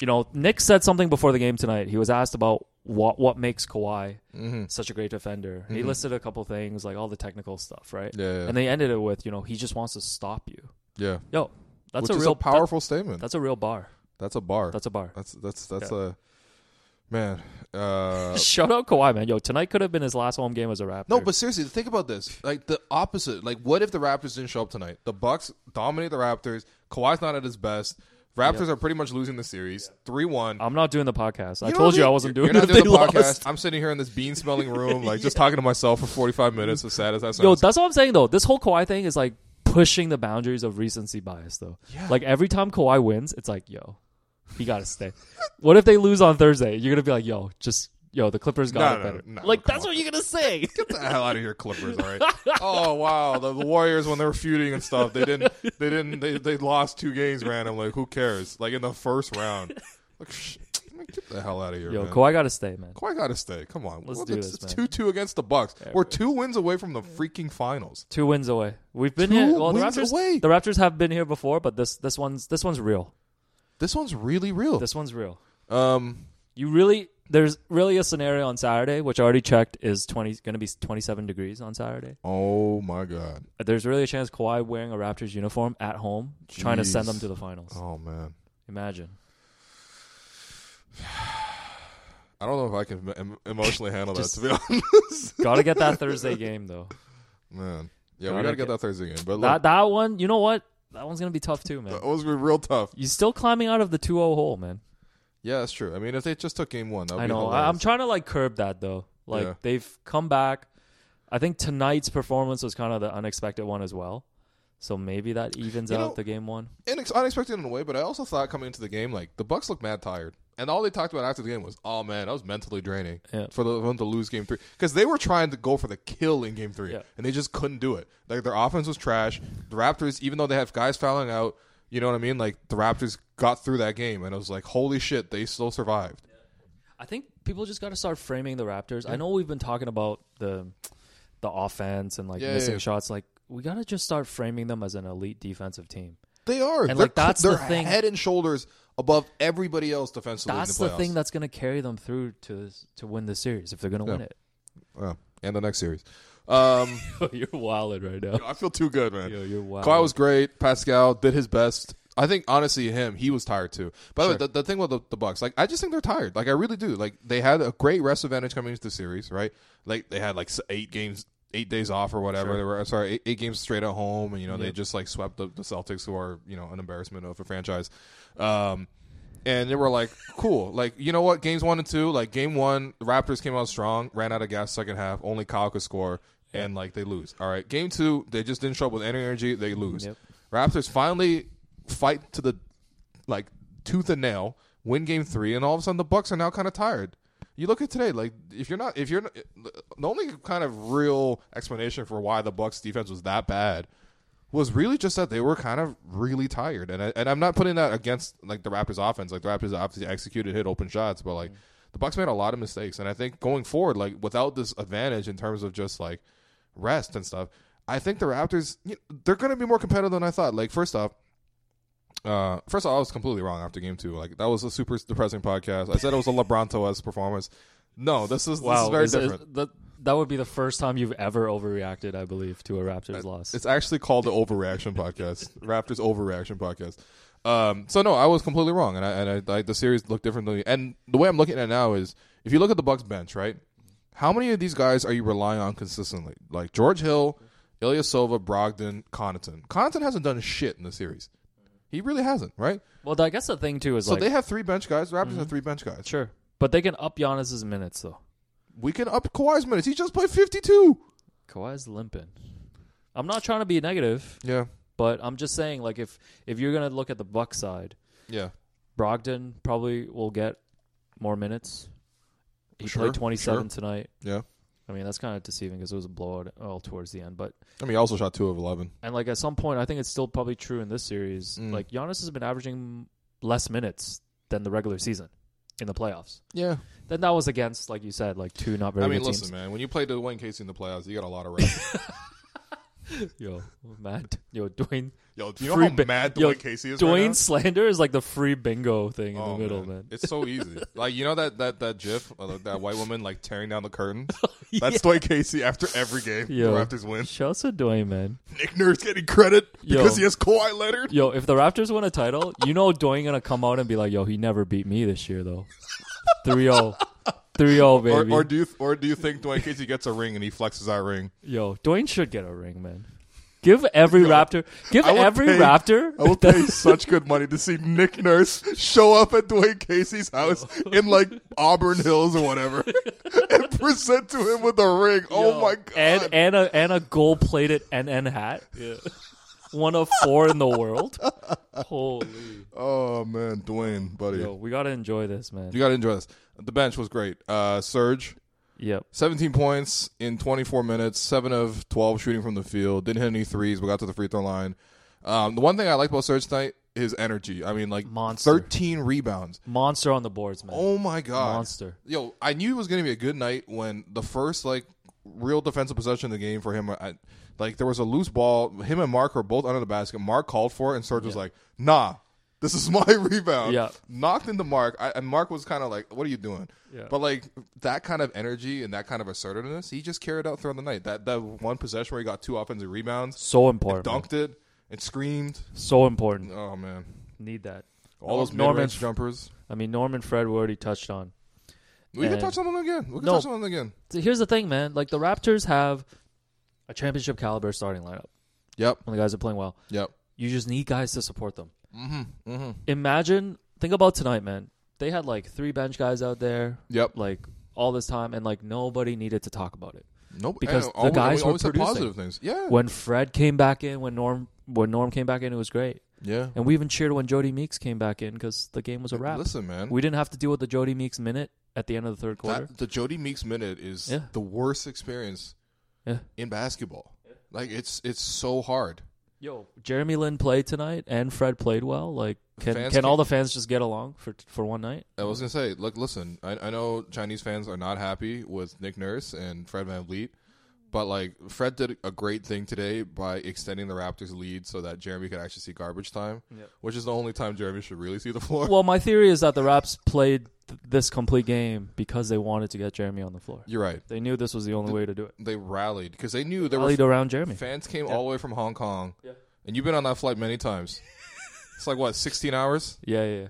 [SPEAKER 2] you know, Nick said something before the game tonight. He was asked about what what makes Kawhi
[SPEAKER 1] Mm-hmm.
[SPEAKER 2] such a great defender. He listed a couple things like all the technical stuff, right?
[SPEAKER 1] Yeah, yeah.
[SPEAKER 2] And they ended it with, you know, he just wants to stop you.
[SPEAKER 1] Yeah,
[SPEAKER 2] Yo, that's
[SPEAKER 1] which
[SPEAKER 2] a
[SPEAKER 1] is
[SPEAKER 2] real
[SPEAKER 1] a powerful statement.
[SPEAKER 2] that- that's a real bar.
[SPEAKER 1] That's a bar.
[SPEAKER 2] That's a bar.
[SPEAKER 1] That's that's that's
[SPEAKER 2] Yeah.
[SPEAKER 1] a man. Uh,
[SPEAKER 2] Shout out Kawhi, man. Yo, tonight could have been his last home game as a Raptor.
[SPEAKER 1] no, but seriously, think about this. Like the opposite. Like, what if the Raptors didn't show up tonight? The Bucks dominate the Raptors. Kawhi's not at his best. Raptors are pretty much losing the series, three one.
[SPEAKER 2] I'm not doing the podcast. I told you I wasn't doing
[SPEAKER 1] You're not
[SPEAKER 2] it.
[SPEAKER 1] doing
[SPEAKER 2] They
[SPEAKER 1] the podcast.
[SPEAKER 2] lost.
[SPEAKER 1] I'm sitting here in this bean smelling room, like just talking to myself for 45 minutes. As sad as that sounds.
[SPEAKER 2] Yo, that's what I'm saying though. This whole Kawhi thing is like pushing the boundaries of recency bias though. Like every time Kawhi wins, it's like, yo, he gotta stay. what if they lose on Thursday? You're gonna be like, yo, just yo, the Clippers got
[SPEAKER 1] No,
[SPEAKER 2] it
[SPEAKER 1] no,
[SPEAKER 2] better.
[SPEAKER 1] no, no,
[SPEAKER 2] like
[SPEAKER 1] come
[SPEAKER 2] that's
[SPEAKER 1] on.
[SPEAKER 2] what you're gonna say.
[SPEAKER 1] Get the hell out of here, Clippers! All right. Oh wow, the, the Warriors when they were feuding and stuff, they didn't, they didn't, they, they lost two games random. Like who cares? Like in the first round, like sh- man, get the hell out of here,
[SPEAKER 2] yo,
[SPEAKER 1] man.
[SPEAKER 2] Kawhi gotta stay, man.
[SPEAKER 1] Kawhi got to stay. Come on,
[SPEAKER 2] Let's
[SPEAKER 1] Well,
[SPEAKER 2] do
[SPEAKER 1] it's,
[SPEAKER 2] this, man.
[SPEAKER 1] Two two against the Bucks. We're two wins away from the freaking finals.
[SPEAKER 2] Two wins away. We've been
[SPEAKER 1] Two
[SPEAKER 2] here. Well, the
[SPEAKER 1] wins
[SPEAKER 2] Raptors,
[SPEAKER 1] away.
[SPEAKER 2] the Raptors have been here before, but this this one's this one's real.
[SPEAKER 1] This one's really real.
[SPEAKER 2] This one's real.
[SPEAKER 1] um,
[SPEAKER 2] You really there's really a scenario on Saturday, which I already checked is twenty going to be twenty seven degrees on Saturday.
[SPEAKER 1] oh my god,
[SPEAKER 2] There's really a chance Kawhi wearing a Raptors uniform at home, trying to send
[SPEAKER 1] Jeez.
[SPEAKER 2] them to the finals.
[SPEAKER 1] oh man.
[SPEAKER 2] Imagine.
[SPEAKER 1] I don't know if I can em- emotionally handle that.
[SPEAKER 2] Just-
[SPEAKER 1] To be honest,
[SPEAKER 2] Got to get that Thursday game though.
[SPEAKER 1] man. Yeah, we
[SPEAKER 2] Gotta
[SPEAKER 1] gotta get
[SPEAKER 2] get-
[SPEAKER 1] that Thursday game. But
[SPEAKER 2] That
[SPEAKER 1] look, Uh,
[SPEAKER 2] that one, you know what? That one's gonna be tough too, man.
[SPEAKER 1] that was real tough.
[SPEAKER 2] You're still climbing out of the 2-0 hole, man.
[SPEAKER 1] Yeah, that's true. I mean, if they just took game one, that'd
[SPEAKER 2] I
[SPEAKER 1] be
[SPEAKER 2] know. I,
[SPEAKER 1] Hilarious.
[SPEAKER 2] I'm trying to like curb that though. Like
[SPEAKER 1] Yeah.
[SPEAKER 2] they've come back. I think tonight's performance was kind of the unexpected one as well. So maybe that evens
[SPEAKER 1] You
[SPEAKER 2] out
[SPEAKER 1] know-
[SPEAKER 2] the game one.
[SPEAKER 1] Inex- unexpected in a way, but I also thought coming into the game like the Bucks look mad tired. And all they talked about after the game was, "Oh man, that was mentally draining
[SPEAKER 2] Yeah.
[SPEAKER 1] for the, them to lose game three because they were trying to go for the kill in game three
[SPEAKER 2] Yeah.
[SPEAKER 1] and they just couldn't do it. Like their offense was trash. The Raptors, even though they have guys fouling out, you know what I mean? Like the Raptors got through that game, and it was like, holy shit, they still survived.
[SPEAKER 2] I think people just got to start framing the Raptors. I know we've been talking about the the offense and like
[SPEAKER 1] Yeah,
[SPEAKER 2] missing
[SPEAKER 1] yeah.
[SPEAKER 2] shots. Like we got to just start framing them as an elite defensive team.
[SPEAKER 1] They are,
[SPEAKER 2] And,
[SPEAKER 1] They're
[SPEAKER 2] like,
[SPEAKER 1] co-
[SPEAKER 2] that's
[SPEAKER 1] they're
[SPEAKER 2] the thing-
[SPEAKER 1] head and shoulders above everybody else defensively.
[SPEAKER 2] That's
[SPEAKER 1] in
[SPEAKER 2] the,
[SPEAKER 1] the, playoffs.
[SPEAKER 2] thing that's going to carry them through to this, to win the series if they're going to win it.
[SPEAKER 1] Oh, and the next series. Um,
[SPEAKER 2] you're wilded right now.
[SPEAKER 1] I feel too good, man.
[SPEAKER 2] Yo, you're wild.
[SPEAKER 1] Kawhi was great. Pascal did his best. I think honestly, him he was tired too. By the way, the, the thing with the, the Bucks, like I just think they're tired. Like I really do. Like they had a great rest advantage coming into the series, right? Like they had like s- eight games, eight days off or whatever. They were sorry, eight, eight games straight at home, and you know they just like swept the, the Celtics, who are you know an embarrassment of the franchise. Um, and they were like, cool. Like, you know what? Games one and two, like game one, the Raptors came out strong, ran out of gas second half. Only Kyle could score, and like they lose. All right. Game two, they just didn't show up with any energy. They lose.
[SPEAKER 2] Yep.
[SPEAKER 1] Raptors finally fight to the like tooth and nail, win game three, and all of a sudden the Bucks are now kind of tired. You look at today, like if you're not, if you're not, the only kind of real explanation for why the Bucks defense was that bad was really just that they were kind of really tired, and I, and I'm not putting that against like the Raptors offense. Like the Raptors obviously executed, hit open shots, but
[SPEAKER 2] Mm.
[SPEAKER 1] like the Bucks made a lot of mistakes, and I think going forward, like without this advantage in terms of just like rest and stuff, I think the Raptors you know, they're going to be more competitive than I thought. Like first off, uh, first of all, I was completely wrong after game two. Like that was a super depressing podcast. I said it was a LeBron-esque performance. No, this is this
[SPEAKER 2] Wow,
[SPEAKER 1] is very
[SPEAKER 2] is- is-
[SPEAKER 1] different.
[SPEAKER 2] that, that would be the first time you've ever overreacted, I believe, to a Raptors loss.
[SPEAKER 1] It's actually called the Overreaction Podcast, Raptors Overreaction Podcast. Um, so no, I was completely wrong, and I and I, I the series looked differently. And the way I'm looking at it now is, if you look at the Bucks bench, right? How many of these guys are you relying on consistently? Like George Hill, Ilya Silva, Brogdon, Connaughton. Connaughton hasn't done shit in the series. He really hasn't, right?
[SPEAKER 2] Well, I guess the thing too is
[SPEAKER 1] So
[SPEAKER 2] like
[SPEAKER 1] they have three bench guys. The Raptors have three bench guys.
[SPEAKER 2] sure, but they can up Giannis's minutes though.
[SPEAKER 1] We can up Kawhi's minutes. He just played 52.
[SPEAKER 2] Kawhi's limping. I'm not trying to be negative,
[SPEAKER 1] Yeah,
[SPEAKER 2] but I'm just saying like if if you're gonna look at the Buck side,
[SPEAKER 1] yeah.
[SPEAKER 2] Brogdon probably will get more minutes. He
[SPEAKER 1] Sure,
[SPEAKER 2] played 27
[SPEAKER 1] sure.
[SPEAKER 2] tonight.
[SPEAKER 1] Yeah.
[SPEAKER 2] I mean that's kind of deceiving because it was a blowout all towards the end, but
[SPEAKER 1] I mean, he also shot two of 11.
[SPEAKER 2] and like at some point I think it's still probably true in this series.
[SPEAKER 1] Mm.
[SPEAKER 2] Like Giannis has been averaging less minutes than the regular season in the playoffs.
[SPEAKER 1] Yeah.
[SPEAKER 2] Then that was against like you said like two not very
[SPEAKER 1] I mean,
[SPEAKER 2] good
[SPEAKER 1] listen,
[SPEAKER 2] teams.
[SPEAKER 1] man. When you play Dwayne Casey in the playoffs, you got a lot of rest.
[SPEAKER 2] Yo, Matt, yo Dwayne
[SPEAKER 1] yo, do you know
[SPEAKER 2] Free
[SPEAKER 1] how
[SPEAKER 2] ba-
[SPEAKER 1] mad Dwayne
[SPEAKER 2] yo,
[SPEAKER 1] Casey is?
[SPEAKER 2] Dwayne
[SPEAKER 1] right now?
[SPEAKER 2] slander is like the free bingo thing in
[SPEAKER 1] Oh,
[SPEAKER 2] the middle, man.
[SPEAKER 1] It's so easy. like you know that that that GIF of that white woman like tearing down the curtains. That's Dwayne Casey after every game.
[SPEAKER 2] Yo.
[SPEAKER 1] The Raptors win.
[SPEAKER 2] Shouts to Dwayne, man.
[SPEAKER 1] Nick Nurse getting credit
[SPEAKER 2] Yo.
[SPEAKER 1] because he has Kawhi Leonard.
[SPEAKER 2] Yo, if the Raptors win a title, you know Dwayne gonna come out and be like, "Yo, he never beat me this year, though." 3-0. 3-0,
[SPEAKER 1] Or,
[SPEAKER 2] oh, baby.
[SPEAKER 1] or do you or do you think Dwayne Casey gets a ring and he flexes that ring?
[SPEAKER 2] Yo, Dwayne should get a ring, man. Give every Raptor, give
[SPEAKER 1] I would
[SPEAKER 2] every
[SPEAKER 1] pay-
[SPEAKER 2] Raptor.
[SPEAKER 1] I will pay such good money to see Nick Nurse show up at Dwayne Casey's house in like Auburn Hills or whatever and present to him with a ring. oh
[SPEAKER 2] Yo,
[SPEAKER 1] my god!
[SPEAKER 2] And and a and a gold plated NN hat. Yeah. One of four in the world. Holy.
[SPEAKER 1] Oh man, Dwayne, buddy,
[SPEAKER 2] Yo, we gotta enjoy this, man.
[SPEAKER 1] you gotta enjoy this. The bench was great. Uh, Surge,
[SPEAKER 2] Yep.
[SPEAKER 1] 17 points in 24 minutes, seven of 12 shooting from the field. Didn't hit any threes, but got to the free throw line. Um, the one thing I liked about Surge tonight, his energy. I mean, like
[SPEAKER 2] Monster.
[SPEAKER 1] 13 rebounds.
[SPEAKER 2] Monster on the boards, man.
[SPEAKER 1] Oh my god,
[SPEAKER 2] Monster.
[SPEAKER 1] Yo, I knew it was gonna be a good night when the first like real defensive possession of the game for him. I, like there was a loose ball. Him and Mark were both under the basket. Mark called for it, and Serge was like, "Nah, this is my rebound."
[SPEAKER 2] Yeah.
[SPEAKER 1] knocked into Mark, I, and Mark was kind of like, "What are you doing?"
[SPEAKER 2] Yeah.
[SPEAKER 1] But like that kind of energy and that kind of assertiveness, he just carried out throughout the night. That that one possession where he got two offensive rebounds,
[SPEAKER 2] So important. man.
[SPEAKER 1] dunked it, and screamed.
[SPEAKER 2] So important.
[SPEAKER 1] Oh man,
[SPEAKER 2] Need that.
[SPEAKER 1] all those
[SPEAKER 2] Oh, Norman-
[SPEAKER 1] mid-range jumpers.
[SPEAKER 2] I mean, Norman Fred, we already touched on.
[SPEAKER 1] We can
[SPEAKER 2] And-
[SPEAKER 1] touch on them again. We can
[SPEAKER 2] No.
[SPEAKER 1] touch on them again.
[SPEAKER 2] So here's the thing, man. Like the Raptors have a championship caliber starting lineup
[SPEAKER 1] Yep.
[SPEAKER 2] when the guys are playing well.
[SPEAKER 1] Yep.
[SPEAKER 2] You just need guys to support them. Mm-hmm, mm-hmm. Imagine, think about tonight, man. They had like three bench guys out there,
[SPEAKER 1] Yep.
[SPEAKER 2] like all this time, and like nobody needed to talk about it.
[SPEAKER 1] Nope.
[SPEAKER 2] Because
[SPEAKER 1] and
[SPEAKER 2] the
[SPEAKER 1] always- and
[SPEAKER 2] guys
[SPEAKER 1] we
[SPEAKER 2] were
[SPEAKER 1] always have
[SPEAKER 2] producing.
[SPEAKER 1] positive things. Yeah.
[SPEAKER 2] When Fred came back in, when Norm when Norm came back in, it was great.
[SPEAKER 1] Yeah.
[SPEAKER 2] And we even cheered when Jody Meeks came back in because the game was a wrap.
[SPEAKER 1] Listen, man.
[SPEAKER 2] we didn't have to deal with the Jody Meeks minute at the end of the third quarter.
[SPEAKER 1] That, the Jody Meeks minute is
[SPEAKER 2] Yeah.
[SPEAKER 1] the worst experience
[SPEAKER 2] Yeah.
[SPEAKER 1] in basketball. Like it's it's so hard.
[SPEAKER 2] Yo, Jeremy Lin played tonight, and Fred played well. Like, can can
[SPEAKER 1] Fans
[SPEAKER 2] all
[SPEAKER 1] can-
[SPEAKER 2] the fans just get along for for one night?
[SPEAKER 1] I was gonna say, look, listen, I, I know Chinese fans are not happy with Nick Nurse and Fred Van Vliet, but like Fred did a great thing today by extending the Raptors lead so that Jeremy could actually see garbage time, which is the only time Jeremy should really see the floor.
[SPEAKER 2] Well, my theory is that the Raps played th- this complete game because they wanted to get Jeremy on the floor.
[SPEAKER 1] You're right.
[SPEAKER 2] They knew this was the only way to do it.
[SPEAKER 1] They rallied because they knew there
[SPEAKER 2] Rallied
[SPEAKER 1] were
[SPEAKER 2] around Jeremy.
[SPEAKER 1] fans came all the way from Hong Kong, and you've been on that flight many times. it's like what, 16 hours?
[SPEAKER 2] Yeah, yeah.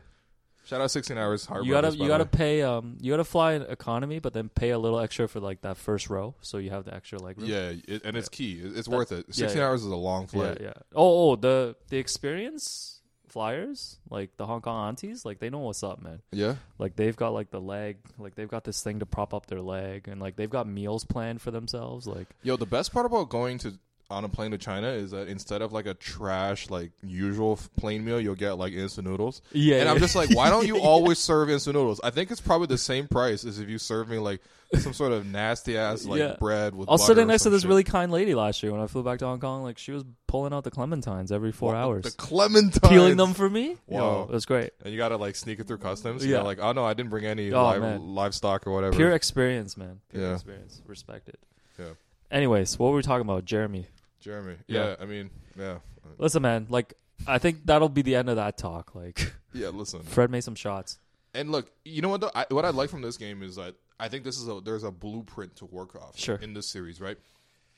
[SPEAKER 1] Shout out 16 hours.
[SPEAKER 2] yeah.
[SPEAKER 1] Hard
[SPEAKER 2] You gotta
[SPEAKER 1] Brothers, by
[SPEAKER 2] you
[SPEAKER 1] the
[SPEAKER 2] gotta
[SPEAKER 1] way.
[SPEAKER 2] pay um you gotta fly in economy, but then pay a little extra for like that first row, so you have the extra leg room.
[SPEAKER 1] Yeah, it, and it's key. It- It's worth it. 16
[SPEAKER 2] yeah.
[SPEAKER 1] hours is a long
[SPEAKER 2] yeah,
[SPEAKER 1] flight.
[SPEAKER 2] yeah. Oh, oh, the the experience flyers, like the Hong Kong aunties, like they know what's up, man.
[SPEAKER 1] Yeah?
[SPEAKER 2] Like they've got like the leg, like they've got this thing to prop up their leg, and like they've got meals planned for themselves. Like
[SPEAKER 1] Yo, the best part about going to on a plane to China is that instead of like a trash like usual f- plane meal, you'll get like instant noodles.
[SPEAKER 2] Yeah,
[SPEAKER 1] and I'm
[SPEAKER 2] yeah.
[SPEAKER 1] just like, why don't you always serve instant noodles? I think it's probably the same price as if you serve me like some sort of nasty ass like
[SPEAKER 2] Yeah.
[SPEAKER 1] bread with.
[SPEAKER 2] I was sitting
[SPEAKER 1] butter or
[SPEAKER 2] next to
[SPEAKER 1] some
[SPEAKER 2] this
[SPEAKER 1] shit.
[SPEAKER 2] really kind lady last year when I flew back to Hong Kong. Like she was pulling out the clementines every four hours,
[SPEAKER 1] the clementine
[SPEAKER 2] peeling them for me.
[SPEAKER 1] Wow.
[SPEAKER 2] Yo, it was great.
[SPEAKER 1] and you gotta like sneak it through customs.
[SPEAKER 2] Yeah.
[SPEAKER 1] Yeah, like oh no, I didn't bring any
[SPEAKER 2] Oh,
[SPEAKER 1] live,
[SPEAKER 2] man.
[SPEAKER 1] livestock or whatever.
[SPEAKER 2] Pure experience, man. Pure
[SPEAKER 1] Yeah.
[SPEAKER 2] experience. Respected.
[SPEAKER 1] Yeah.
[SPEAKER 2] Anyways, what were we talking about, Jeremy?
[SPEAKER 1] Jeremy.
[SPEAKER 2] Yeah.
[SPEAKER 1] yeah, I mean, yeah,
[SPEAKER 2] Listen, man. Like I think that'll be the end of that talk. Like
[SPEAKER 1] yeah. Listen,
[SPEAKER 2] Fred made some shots.
[SPEAKER 1] And look, you know what? Though? I, what I like from this game is that I think this is a there's a blueprint to work off
[SPEAKER 2] Sure.
[SPEAKER 1] in this series, right?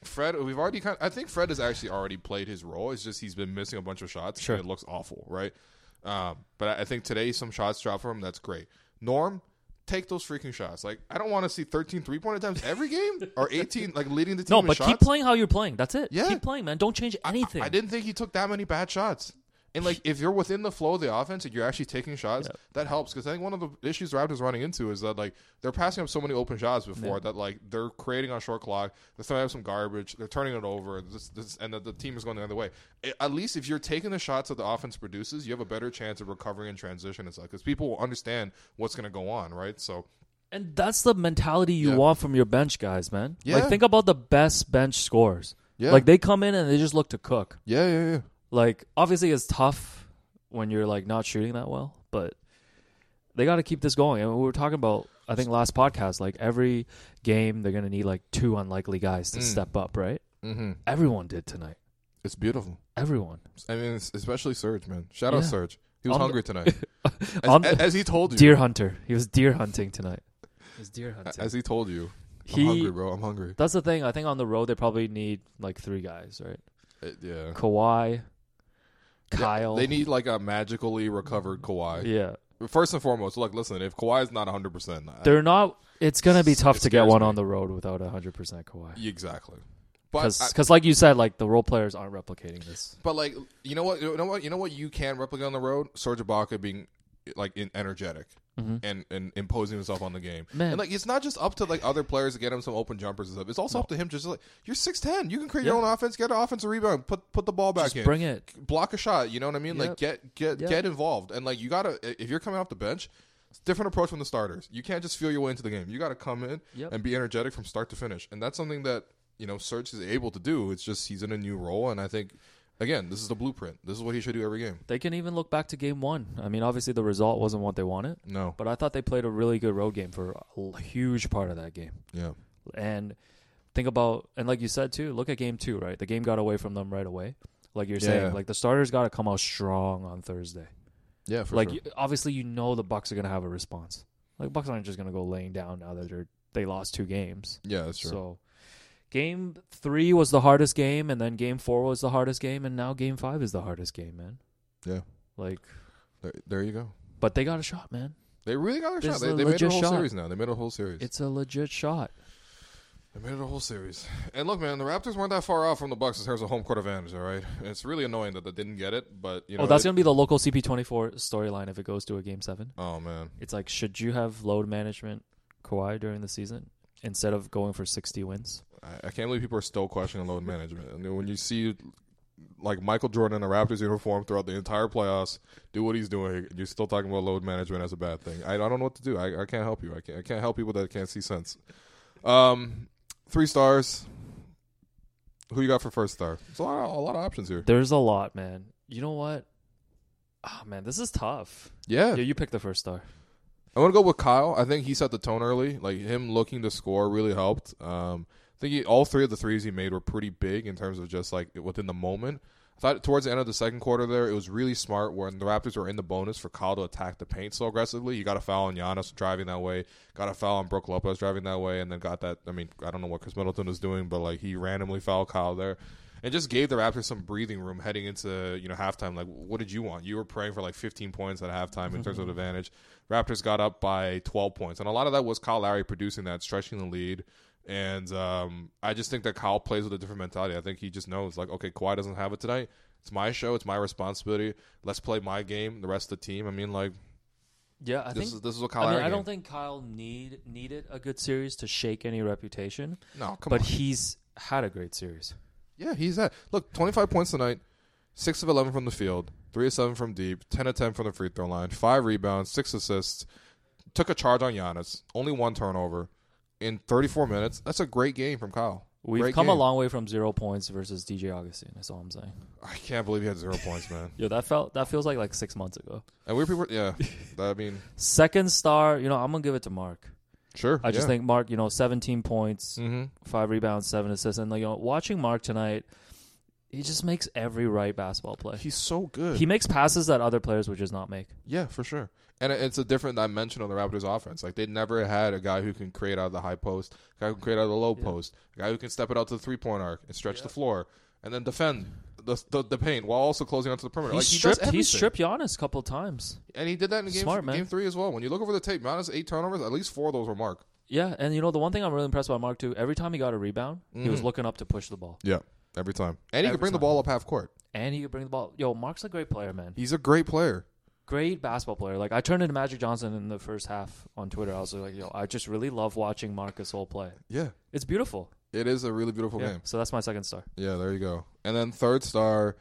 [SPEAKER 1] Fred, we've already kind. I think Fred has actually already played his role. It's just he's been missing a bunch of shots.
[SPEAKER 2] Sure.
[SPEAKER 1] and it looks awful, right? Um, but I, I think today some shots dropped for him. That's great. Norm, take those freaking shots. Like I don't want to see 13 three point attempts every game or 18 like leading the team.
[SPEAKER 2] No,
[SPEAKER 1] in
[SPEAKER 2] but
[SPEAKER 1] shots.
[SPEAKER 2] keep playing how you're playing. That's it.
[SPEAKER 1] Yeah.
[SPEAKER 2] Keep playing, man. Don't change anything.
[SPEAKER 1] I didn't think he took that many bad shots. And like, if you're within the flow of the offense and you're actually taking shots, that helps. Because I think one of the issues Raptors running into is that like they're passing up so many open shots before that like they're creating on short clock, they're throwing up some garbage, they're turning it over, this, this, and the, the team is going the other way. I- At least if you're taking the shots that the offense produces, you have a better chance of recovering in transition and stuff. Because people will understand what's going to go on, right? So
[SPEAKER 2] And that's the mentality you
[SPEAKER 1] Yeah.
[SPEAKER 2] want from your bench guys, man. Like
[SPEAKER 1] Yeah.
[SPEAKER 2] think about the best bench scores.
[SPEAKER 1] Yeah.
[SPEAKER 2] Like they come in and they just look to cook.
[SPEAKER 1] yeah, yeah, yeah.
[SPEAKER 2] Like obviously it's tough when you're like not shooting that well, but they got to keep this going. And we were talking about I think last podcast like every game they're going to need like two unlikely guys
[SPEAKER 1] Mm.
[SPEAKER 2] to step up, right? Mm-hmm. Everyone did tonight.
[SPEAKER 1] It's beautiful.
[SPEAKER 2] Everyone.
[SPEAKER 1] I mean, it's- especially Serge, man. Shout out
[SPEAKER 2] Yeah.
[SPEAKER 1] Serge. He was
[SPEAKER 2] On the-
[SPEAKER 1] hungry tonight, as,
[SPEAKER 2] On the-
[SPEAKER 1] as- as he told you.
[SPEAKER 2] Deer hunter. He was deer hunting tonight. He was deer hunting.
[SPEAKER 1] As he told you,
[SPEAKER 2] He-
[SPEAKER 1] I'm hungry, bro. I'm hungry.
[SPEAKER 2] that's the thing. I think on the road they probably need like three guys, right?
[SPEAKER 1] Uh, yeah.
[SPEAKER 2] Kawhi, Kyle.
[SPEAKER 1] They need like a magically recovered Kawhi.
[SPEAKER 2] Yeah,
[SPEAKER 1] First and foremost, look, listen, if Kawhi's not 100%, I-
[SPEAKER 2] they're not. It's gonna be tough
[SPEAKER 1] It
[SPEAKER 2] to get
[SPEAKER 1] scares
[SPEAKER 2] one
[SPEAKER 1] me.
[SPEAKER 2] on the road without a hundred percent Kawhi.
[SPEAKER 1] exactly. But I-
[SPEAKER 2] Because, like you said, like the role players aren't replicating this.
[SPEAKER 1] but like, you know what? You know what? You know what you can replicate on the road? Serge Ibaka being like in, energetic. And, and imposing himself on the game,
[SPEAKER 2] Mm-hmm. Man.
[SPEAKER 1] and like it's not just up to like other players to get him some open jumpers and stuff. It's also up to him. Just like you're six ten, you can create your
[SPEAKER 2] Yeah.
[SPEAKER 1] own offense, get an offensive rebound, put put the ball back
[SPEAKER 2] Just
[SPEAKER 1] in,
[SPEAKER 2] bring it.
[SPEAKER 1] block a shot. You know what I mean?
[SPEAKER 2] Yep.
[SPEAKER 1] Like get get
[SPEAKER 2] Yep.
[SPEAKER 1] get involved. And like you gotta if you're coming off the bench, it's a different approach from the starters. You can't just feel your way into the game. You gotta come in
[SPEAKER 2] Yep.
[SPEAKER 1] and be energetic from start to finish. And that's something that you know Serge is able to do. It's just he's in a new role, and I think again this is the blueprint. This is what he should do every game.
[SPEAKER 2] They can even look back to game one. I mean, obviously the result wasn't what they wanted,
[SPEAKER 1] No,
[SPEAKER 2] but I thought they played a really good road game for a l- huge part of that game.
[SPEAKER 1] yeah,
[SPEAKER 2] And think about and like you said too, look at game two, right? The game got away from them right away. Like you're
[SPEAKER 1] Yeah.
[SPEAKER 2] saying, like the starters got to come out strong on Thursday.
[SPEAKER 1] yeah, for
[SPEAKER 2] like
[SPEAKER 1] sure.
[SPEAKER 2] you- obviously you know the Bucks are gonna have a response. Like Bucks aren't just gonna go laying down now that they're they lost two games.
[SPEAKER 1] yeah, that's true.
[SPEAKER 2] So game three was the hardest game, and then game four was the hardest game, and now game five is the hardest game, man.
[SPEAKER 1] yeah,
[SPEAKER 2] Like,
[SPEAKER 1] there, there you go.
[SPEAKER 2] but they got a shot, man.
[SPEAKER 1] They really got a
[SPEAKER 2] This
[SPEAKER 1] shot.
[SPEAKER 2] is
[SPEAKER 1] They,
[SPEAKER 2] a
[SPEAKER 1] they made it a
[SPEAKER 2] legit
[SPEAKER 1] whole
[SPEAKER 2] shot.
[SPEAKER 1] series now. They made it a whole series.
[SPEAKER 2] It's a legit shot.
[SPEAKER 1] They made it a whole series. And look, man, the Raptors weren't that far off from the Bucks in terms of home court advantage. All right, And it's really annoying that they didn't get it, but you know,
[SPEAKER 2] oh, that's
[SPEAKER 1] it-
[SPEAKER 2] gonna be the local CP24 storyline if it goes to a game seven.
[SPEAKER 1] oh man,
[SPEAKER 2] It's like, should you have load management Kawhi during the season instead of going for 60 wins?
[SPEAKER 1] I, I can't believe people are still questioning load management. And when you see like Michael Jordan in a Raptors uniform throughout the entire playoffs. Do what he's doing. You're still talking about load management as a bad thing. I, I don't know what to do. I, I can't help you. I can't, I can't help people that can't see sense. Um, three stars. Who you got for first star? There's a lot, of, a lot of options here.
[SPEAKER 2] There's a lot, man. You know what? Oh man, this is tough.
[SPEAKER 1] Yeah,
[SPEAKER 2] Yeah, you pick the first star.
[SPEAKER 1] I'm gonna go with Kyle. I think he set the tone early. Like him looking to score really helped. Um, I think he, all three of the threes he made were pretty big in terms of just like within the moment. I thought towards the end of the second quarter there, it was really smart when the Raptors were in the bonus for Kyle to attack the paint so aggressively. You got a foul on Giannis driving that way, got a foul on Brooke Lopez driving that way, and then got that. I mean, I don't know what Chris Middleton was doing, but like he randomly fouled Kyle there. And just gave the Raptors some breathing room heading into you know halftime. Like, what did you want? You were praying for like 15 points at halftime in terms of advantage. Raptors got up by 12 points, and a lot of that was Kyle Lowry producing that, stretching the lead. And um, I just think that Kyle plays with a different mentality. I think he just knows, like, okay, Kawhi doesn't have it tonight. It's my show. It's my responsibility. Let's play my game. The rest of the team. I mean, like,
[SPEAKER 2] Yeah, I
[SPEAKER 1] This
[SPEAKER 2] think
[SPEAKER 1] is- this is what Kyle
[SPEAKER 2] I, mean,
[SPEAKER 1] Lowry
[SPEAKER 2] I don't
[SPEAKER 1] game.
[SPEAKER 2] think Kyle need needed a good series to shake any reputation.
[SPEAKER 1] no, come
[SPEAKER 2] but
[SPEAKER 1] on.
[SPEAKER 2] he's had a great series.
[SPEAKER 1] yeah, he's at look 25 points tonight, six of 11 from the field, three of seven from deep, 10 of 10 from the free throw line, five rebounds, six assists. Took a charge on Giannis, only one turnover in 34 minutes. That's a great game from Kyle.
[SPEAKER 2] We've
[SPEAKER 1] Great
[SPEAKER 2] come a
[SPEAKER 1] game.
[SPEAKER 2] long way from zero points versus DJ Augustine. That's all I'm saying.
[SPEAKER 1] I can't believe he had zero points, man.
[SPEAKER 2] Yo, that felt that feels like like six months ago.
[SPEAKER 1] And we were people, yeah. I mean,
[SPEAKER 2] Second star, you know, I'm gonna give it to Mark.
[SPEAKER 1] sure.
[SPEAKER 2] I just
[SPEAKER 1] yeah.
[SPEAKER 2] think Mark, you know, 17 points,
[SPEAKER 1] hmm
[SPEAKER 2] five rebounds, seven assists, and like you know, watching Mark tonight, he just makes every right basketball play.
[SPEAKER 1] he's so good.
[SPEAKER 2] He makes passes that other players would just not make.
[SPEAKER 1] Yeah, for sure. And it- it's a different dimension of the Raptors offense. Like they never had a guy who can create out of the high post, a guy who can create out of the low post, a guy who can step it out to the three point arc and stretch the floor, and then defend the, the the paint while also closing onto the perimeter.
[SPEAKER 2] He
[SPEAKER 1] like
[SPEAKER 2] stripped.
[SPEAKER 1] he does
[SPEAKER 2] He
[SPEAKER 1] everything.
[SPEAKER 2] stripped Giannis a couple times.
[SPEAKER 1] and he did that in game,
[SPEAKER 2] Smart, man.
[SPEAKER 1] game three as well. When you look over the tape, Giannis eight turnovers, at least four of those were Mark.
[SPEAKER 2] Yeah, and you know the one thing I'm really impressed by Mark too. Every time he got a rebound, he
[SPEAKER 1] Mm.
[SPEAKER 2] was looking up to push the ball,
[SPEAKER 1] Yeah, every time. And he
[SPEAKER 2] Every
[SPEAKER 1] could bring the
[SPEAKER 2] time.
[SPEAKER 1] ball up half court.
[SPEAKER 2] and he could bring the ball. Yo, Mark's a great player, man.
[SPEAKER 1] He's a great player.
[SPEAKER 2] Great basketball player. Like I turned into Magic Johnson in the first half on Twitter. I was like, yo, I just really love watching Marcus Ole play.
[SPEAKER 1] Yeah,
[SPEAKER 2] It's beautiful.
[SPEAKER 1] it is a really beautiful
[SPEAKER 2] Yeah.
[SPEAKER 1] game.
[SPEAKER 2] So that's my second star.
[SPEAKER 1] Yeah, there you go. And then third star.